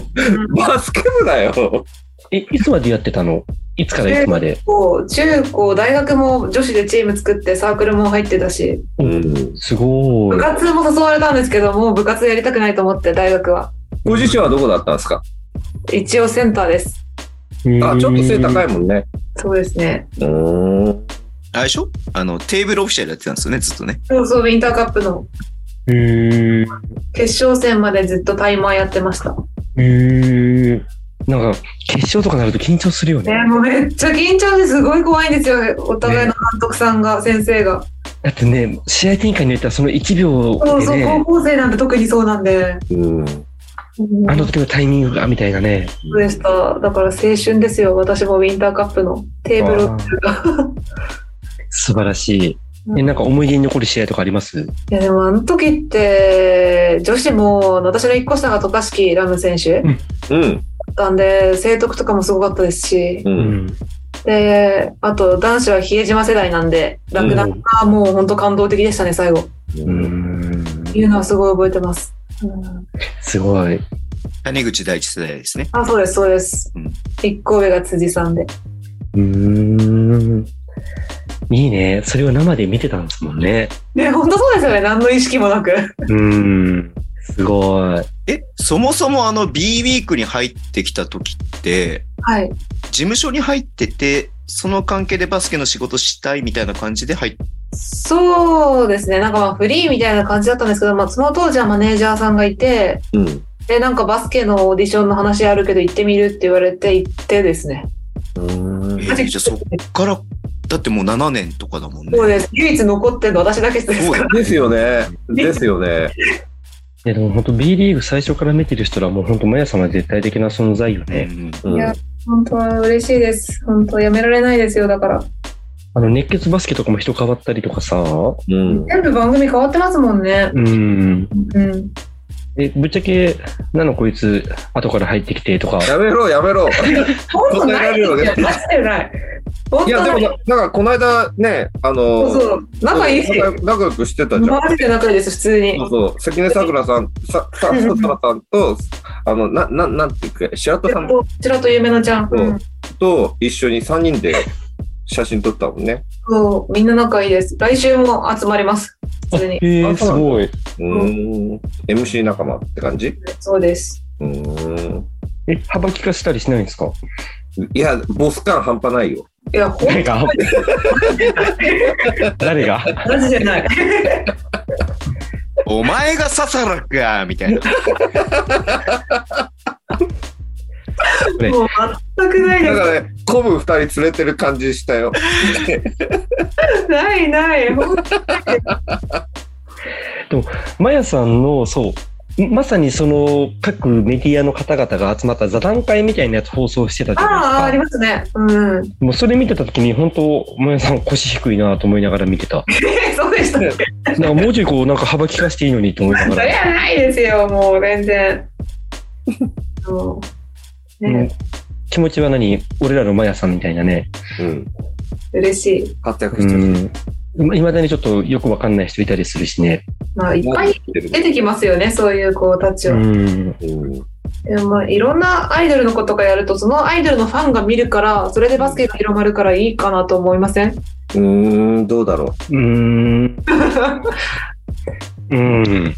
D: ん
B: バスケ部だよ。
A: え、いつまでやってたのいつからいつまで
D: こう中高、大学も女子でチーム作ってサークルも入ってたし、
B: うん。
A: すご
D: 部
A: ーい。
D: 活も誘われたんですけど、もう部活やりたくないと思って、大学は。
B: ポジションはどこだったんですか
D: 一応センターです。
B: あ、ちょっと背高
A: い。
B: いもんね。
D: そうですね。
B: うーん。
C: あれでしょあの、テーブルオフィシャルやってたんですよね、ずっとね。
D: そうそう、ウィンターカップの
A: へー
D: 決勝戦までずっとタイマーやってました。
A: へーなんか、決勝とかなると緊張するよね
D: ね、。もうめっちゃ緊張ですごい怖いんですよ、お互いの監督さんが、先生が。
A: だってね、試合展開によってはその1秒
D: そう
A: で
D: そう、
A: ね
D: 高、校生なんて特にそうなんで。
B: うん。
D: うん
A: あの時のタイミングがみたいなね。
D: そうでした。だから青春ですよ。私もウィンターカップのテーブルを。
A: 素晴らし
D: うん
A: い。え、なんか思い出に残る試合とかあります
D: いやでもあの時って、女子も、私の一個下が渡嘉敷ラム選手だ
B: うん。
D: ったんで、聖徳とかもすごかったですし、
B: う。
A: うんん。
D: で、あと男子は比江島世代なんで、ラクダがもう本当感動的でしたね、最後。
A: うん。
D: いうのはすごい覚えてます。うん、
A: すごい。
C: 谷口第一世代ですね。
D: あ、そうです、そうです
C: うん。
D: 一個上が辻さんで。
A: うん。いいね。それを生で見てたんですもんね。
D: ね、本当そうですよね。何の意識もなく。
A: うん。すごい。
C: え、そもそもあの B ウィークに入ってきた時って、
D: はい。
C: 事務所に入ってて、その関係でバスケの仕事したいみたいな感じで入っ
D: そうですね。なんかまあフリーみたいな感じだったんですけど、まあその当時はマネージャーさんがいて、
B: うん。
D: で、なんかバスケのオーディションの話あるけど行ってみるって言われて行ってですね。
B: うん
C: えーじゃあそっから、だってもう7年とかだもんね。
D: そうです。唯一残ってるの私だけです
C: すごい
D: から。
B: ですよね。ですよね。
A: いやでも本当 B リーグ最初から見てる人らもう本当マヤさんは絶対的な存在よね。
C: うん
B: うん
D: いや本当は嬉しいです。本当やめられないですよ。だから。
A: あの熱血バスケとかも人変わったりとかさ。
B: うん。
D: 全部番組変わってますもんね。
A: うん。
D: うん。
A: え、ぶっちゃけ、なのこいつ、後から入ってきてとか。
B: やめろ、やめ ろ。
D: 本当ないですよ。
B: 答えられる
D: マジでない。本
B: いや、
D: 当
B: で
D: な
B: も
D: い。
B: な、なんか、この間ね、あ
D: そ
B: の、
D: うそう。仲いいし。
B: 仲良く仲良くしてたじゃん。
D: マジで仲いいです、普通に
B: そう。そう、関根さくらさん、さ、さ、
D: うんうん
B: さくらさんと、あの、な、な、なんていうか、白戸さん
D: こちらと夢のちゃん。
B: そう
D: うん
B: と一緒に3人で写真撮ったもんね。
D: そう、みんな仲いいです。来週も集まります。普通に。
A: え
B: ーす
A: ごい。
B: うーん。MC 仲間って感じ
D: そうです。
B: うーん。
A: え、幅利かしたりしないんですか
B: いや、ボス感半端ないよ。
D: いや、ほん
A: 誰が誰が
D: マジでない。
C: お前がササラかみたいな。
A: ね
D: もう全くないで
B: なんかね、コブ2人連れてる感じしたよ。
D: す。ないない。ほん
A: マヤさんの、そう、まさにその各メディアの方々が集まった座談会みたいなやつ放送してたじ
D: あ
A: ゃ
D: あ、あ
A: ない
D: り
A: ですか。
D: ますね。うん。
A: もうそれ見てた時に本当、マヤさん腰低いなと思いながら見てた。
D: そうでした。そ
A: なんかもうちょいこうなんか幅利かしていいのにと思いなが
D: り
A: ら。
D: ゃないですよ、もう全然。もう
A: うん
D: ね、
A: 気持ちは何俺らのマヤさんみたいなね。
B: うん。
D: 嬉しい。
B: 活躍
A: う
B: してる。
A: ん。いまだにちょっとよくわかんない人いたりするしね。
D: まあ、いっぱい
B: 出て
D: 出てきますよね、そういう子たち
A: う
D: は。
A: ん。
B: る。うん。
D: でもまあいろんなアイドルの子とかやると、そのアイドルのファンが見るから、それでバスケが広まるからいいかなと思いません
B: うーん、どうだろ
A: うーん。うん。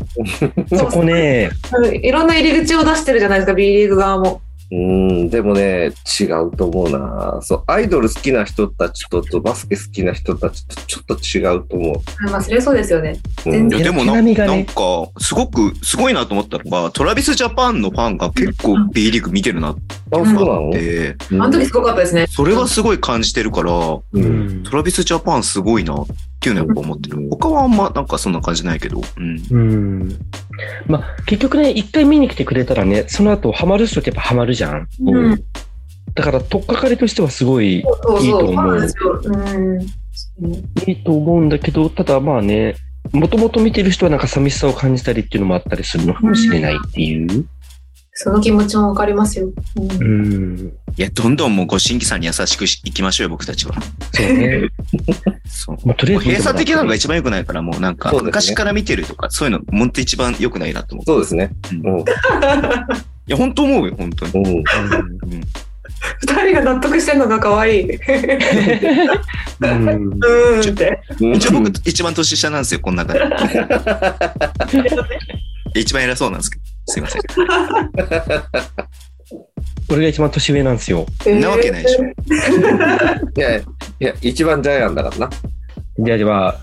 A: そこね。
D: うんいろんな入り口を出してるじゃないですか、B リーグ側も。
B: う。うーん、でもね、違うと思うな。そう、アイドル好きな人たちと、とバスケ好きな人たちとちょっと違うと思
D: まあ、それそうですよね。
B: う。う
D: 全
B: ん
C: いや
D: 然
C: でも
A: 毛
C: な
A: 並みがね
C: なんか、すごく、すごいなと思ったのが、トラビスジャパンのファンが結構 B リーグ見てるなって
B: あ、そうなの
C: で、
B: うん
D: あの時すごかったですね。
C: それはすごい感じてるから、ト
B: うん。
C: ラビスジャパンすごいなっていうのはやっぱ思ってる。他はあんまなんかそんな感じないけど、うん。
A: うん。まあ、結局ね、一回見に来てくれたらね、その後ハマる人ってやっぱハマるじゃん。
D: うん、
A: だから、取っかかりとしてはすごい
D: そう
A: いいと
D: そう、
A: 思う
D: そうなんですよ。うん。
A: いいと思うんだけど、ただまあね、もともと見てる人はなんか寂しさを感じたりっていうのもあったりするのかもしれないっていう。
D: その気持ちもわかりますよ。うん
A: うん。
C: いや、どんどんもうご新規さんに優しくしいきましょうよ、僕たちは。
A: そうね。
C: そう。
A: まあ、とりあ
C: もう
A: えず見ても
C: 閉
A: らっ
C: 鎖
A: て。
C: 的なのが一番良くないから、もうなんか、
B: そうですね
C: 昔から見てるとか、そういうの、もんと一番良くないなと思う。
B: そうですね。
C: う
B: うん
C: い
B: ん。
C: や、本当思うよ、本当に。
B: うん。
C: うん
D: 二人が納得してんのが可愛い。う
A: うん。うん
D: ーんって。
C: 一応僕、一番年下なんですよ、この 中で。一番偉そうなんですけど。すいません。
A: 俺が一番年上なんですよ。
C: なわけないでしょ
D: えー。
B: いやいや、一番ジャイアンだからな。
A: ではでは、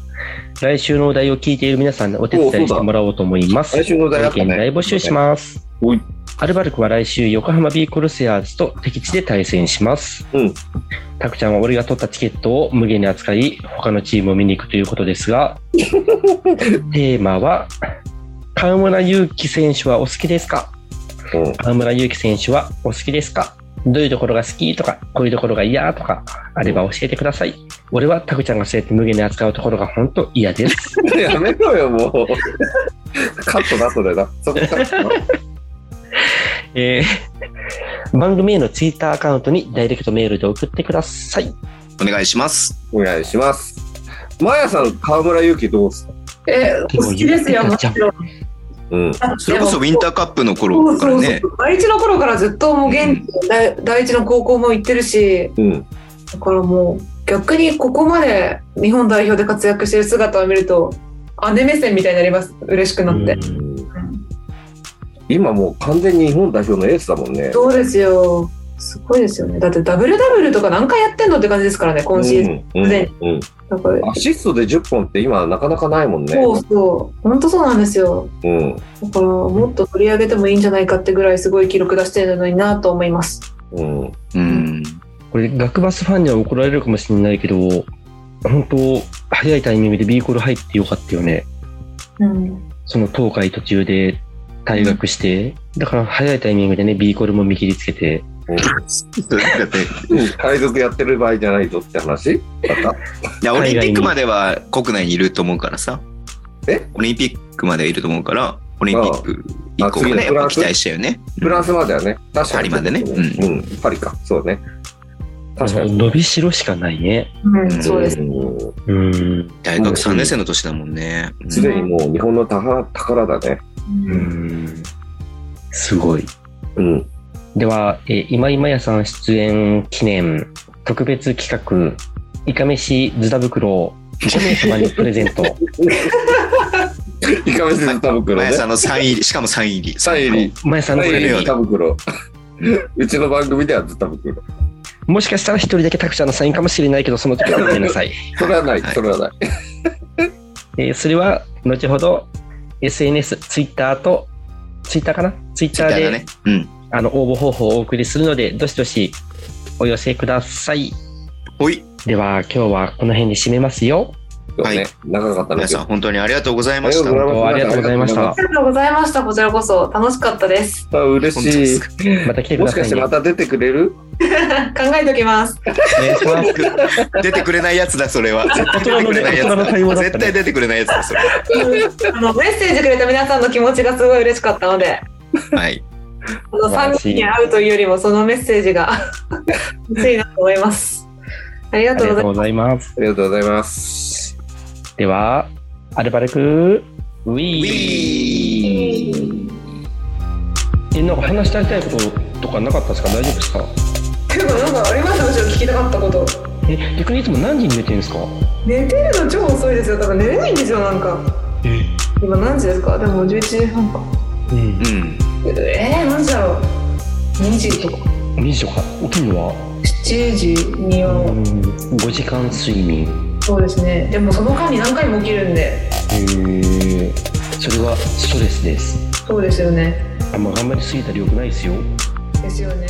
A: 来週のお題を聞いている皆さんにお手伝いしてもらおうと思います。
B: 来週の大
A: ご意
B: 学
A: 見大募集します。
B: おい
A: アルバルクは来週横浜 B コルセアーズと敵地で対戦します。
B: うん
A: たくちゃんは俺が取ったチケットを無限に扱い、他のチームを見に行くということですが、テーマは、河村勇輝選手はお好きですか
B: うん
A: 河村勇輝選手はお好きですかどういうところが好きとか、こういうところが嫌とか、あれば教えてください。俺はタクちゃんがそうやって無限に扱うところが本当嫌です。
B: やめろよ、もう。カットだ、それな。そこカットな
A: えー番組へのツイッターアカウントにダイレクトメールで送ってください。
C: お願いします。
B: お願いします。マヤさん、河村勇輝どうですか
D: え、お好きですよ、
A: でも
D: もちろん。
B: うん。
C: それこそウィンターカップの
D: そ
C: 頃
D: う
C: から
D: そう
C: ね
D: そ。う。第一の頃からずっともう現地、第第一の高校も行ってるし、
B: うん。
D: だからもう逆にここまで日本代表で活躍してる姿を見ると、姉目線みたいになります。嬉しくなって。
B: 今もう完全に日本代表のエースだもんね。
D: そうですよ。すごいですよね。だってダブルダブルとか何回やってんのって感じですからね、今シーズン。
B: うんうん
D: すで
B: うん
D: だから
B: アシストで10本って今なかなかないもんね。
D: そうそう。本当そうなんですよ。
B: うん。
D: だからもっと取り上げてもいいんじゃないかってぐらいすごい記録出してるのになと思います。
B: うん。
C: うん。
A: これ、学バスファンには怒られるかもしれないけど、本当、早いタイミングで B コール入ってよかったよね。
D: うん。
A: その東海途中で退学して、だから早いタイミングでね、B コールも見切りつけて、
C: なんかね
B: うん海賊やってる場合じゃないぞって話だっ
C: いやオリンピックまでは国内にいると思うからさ。
B: え
C: オリンピックまではいると思うから、オリンピック以
B: ああ
C: 降が
B: 次の
C: ね、や
B: フ
C: っ
B: ラ
C: ぱ
B: ンス
C: 期待したよね。
B: たフランスまではね。確かに。
C: パリまでね
B: う。
C: うん
B: パリか。そうね。確かに。
A: 伸びしろしかないね。
D: うん、そうです。
B: うん
A: うん。
C: うん大学3年生の年だもんね。うん
B: すでにもう日本の宝宝だね。
A: うん。すごい。
B: うん。
A: では、えー今今屋さん出演記念特別企画、いかめしズダ袋を5名様にプレ ゼント。
B: いかめしずた袋
C: ま
B: ね
C: や。さんのサイン入り、しかもサイン入り。
B: サイン入り。
A: 今屋さんのこ
B: サイン
A: れ、
B: 入
A: ね
B: りずた袋。 うちの番組ではずた袋。
A: もしかしたら一人だけタクちゃんのサインかもしれないけど、その時はごめんなさい。
B: それはない。
C: はい
B: それはない。
A: えーそれは、後ほど SNS、Twitter と、Twitter かな ?Twitter
C: だ
A: で、
C: ね。うん。
A: あの応募方法をお送りするので、どしどしお寄せください。
C: ほい。
A: では、今日はこの辺で締めます よ。
C: はい
B: ね長かったね。
C: 皆さん、本当にありがとうございまし
A: ど
C: た。
A: うもありがとうございました
D: あ。りがとうございました。こちらこそ楽しかったです。
B: あ嬉
C: 本当
B: し
C: です
B: い
C: か。
A: また来てく
B: も
A: だ
B: し
A: さい、
B: か
A: ね。
B: してまた出てくれる
D: 考えと きます。
A: お願いします。
C: 出てくれないやつだ、それは。絶対出てくれないやつ
A: 大人の対応
C: だ。
A: だったね
C: 絶対出てくれないやつだ、それは。
D: あのメッセージくれた皆さんの気持ちがすごい嬉しかったので、
C: はい。
D: この
A: 素晴
D: 3
A: らしい
D: 人に会うというよりもそのメッセージ が熱いなと思います。ありが
A: あ
D: とう
A: り
D: ご
A: が
D: ざ
A: と
D: いう
A: ご
D: ま
A: ざいます。
B: ありがとうございます。
A: では、アルバルク、ウィ
C: ウ
A: ー。
C: ィー
A: え、なんか話したいこととかなかったですか大丈夫ですか
D: す。でもなんかありましたむしろ聞きたかったこと。
A: え、逆にいつも何時に寝てるんですか
D: 寝てるの超遅いですよ。だから寝れないんですよなんか。今何時ですか？でも11時半か。
A: うん
C: うん。
D: えー、何時だろう。2時とか
A: 2時とか、起きるのは
D: 7時に
A: う
D: は
A: ん、5時間睡眠。
D: そうですね。でもその間に何回も起きるんで、
A: へえ。それはストレスです。
D: そうですよね。
A: あんま頑張りすぎたら良くないですよ。
D: ですよね。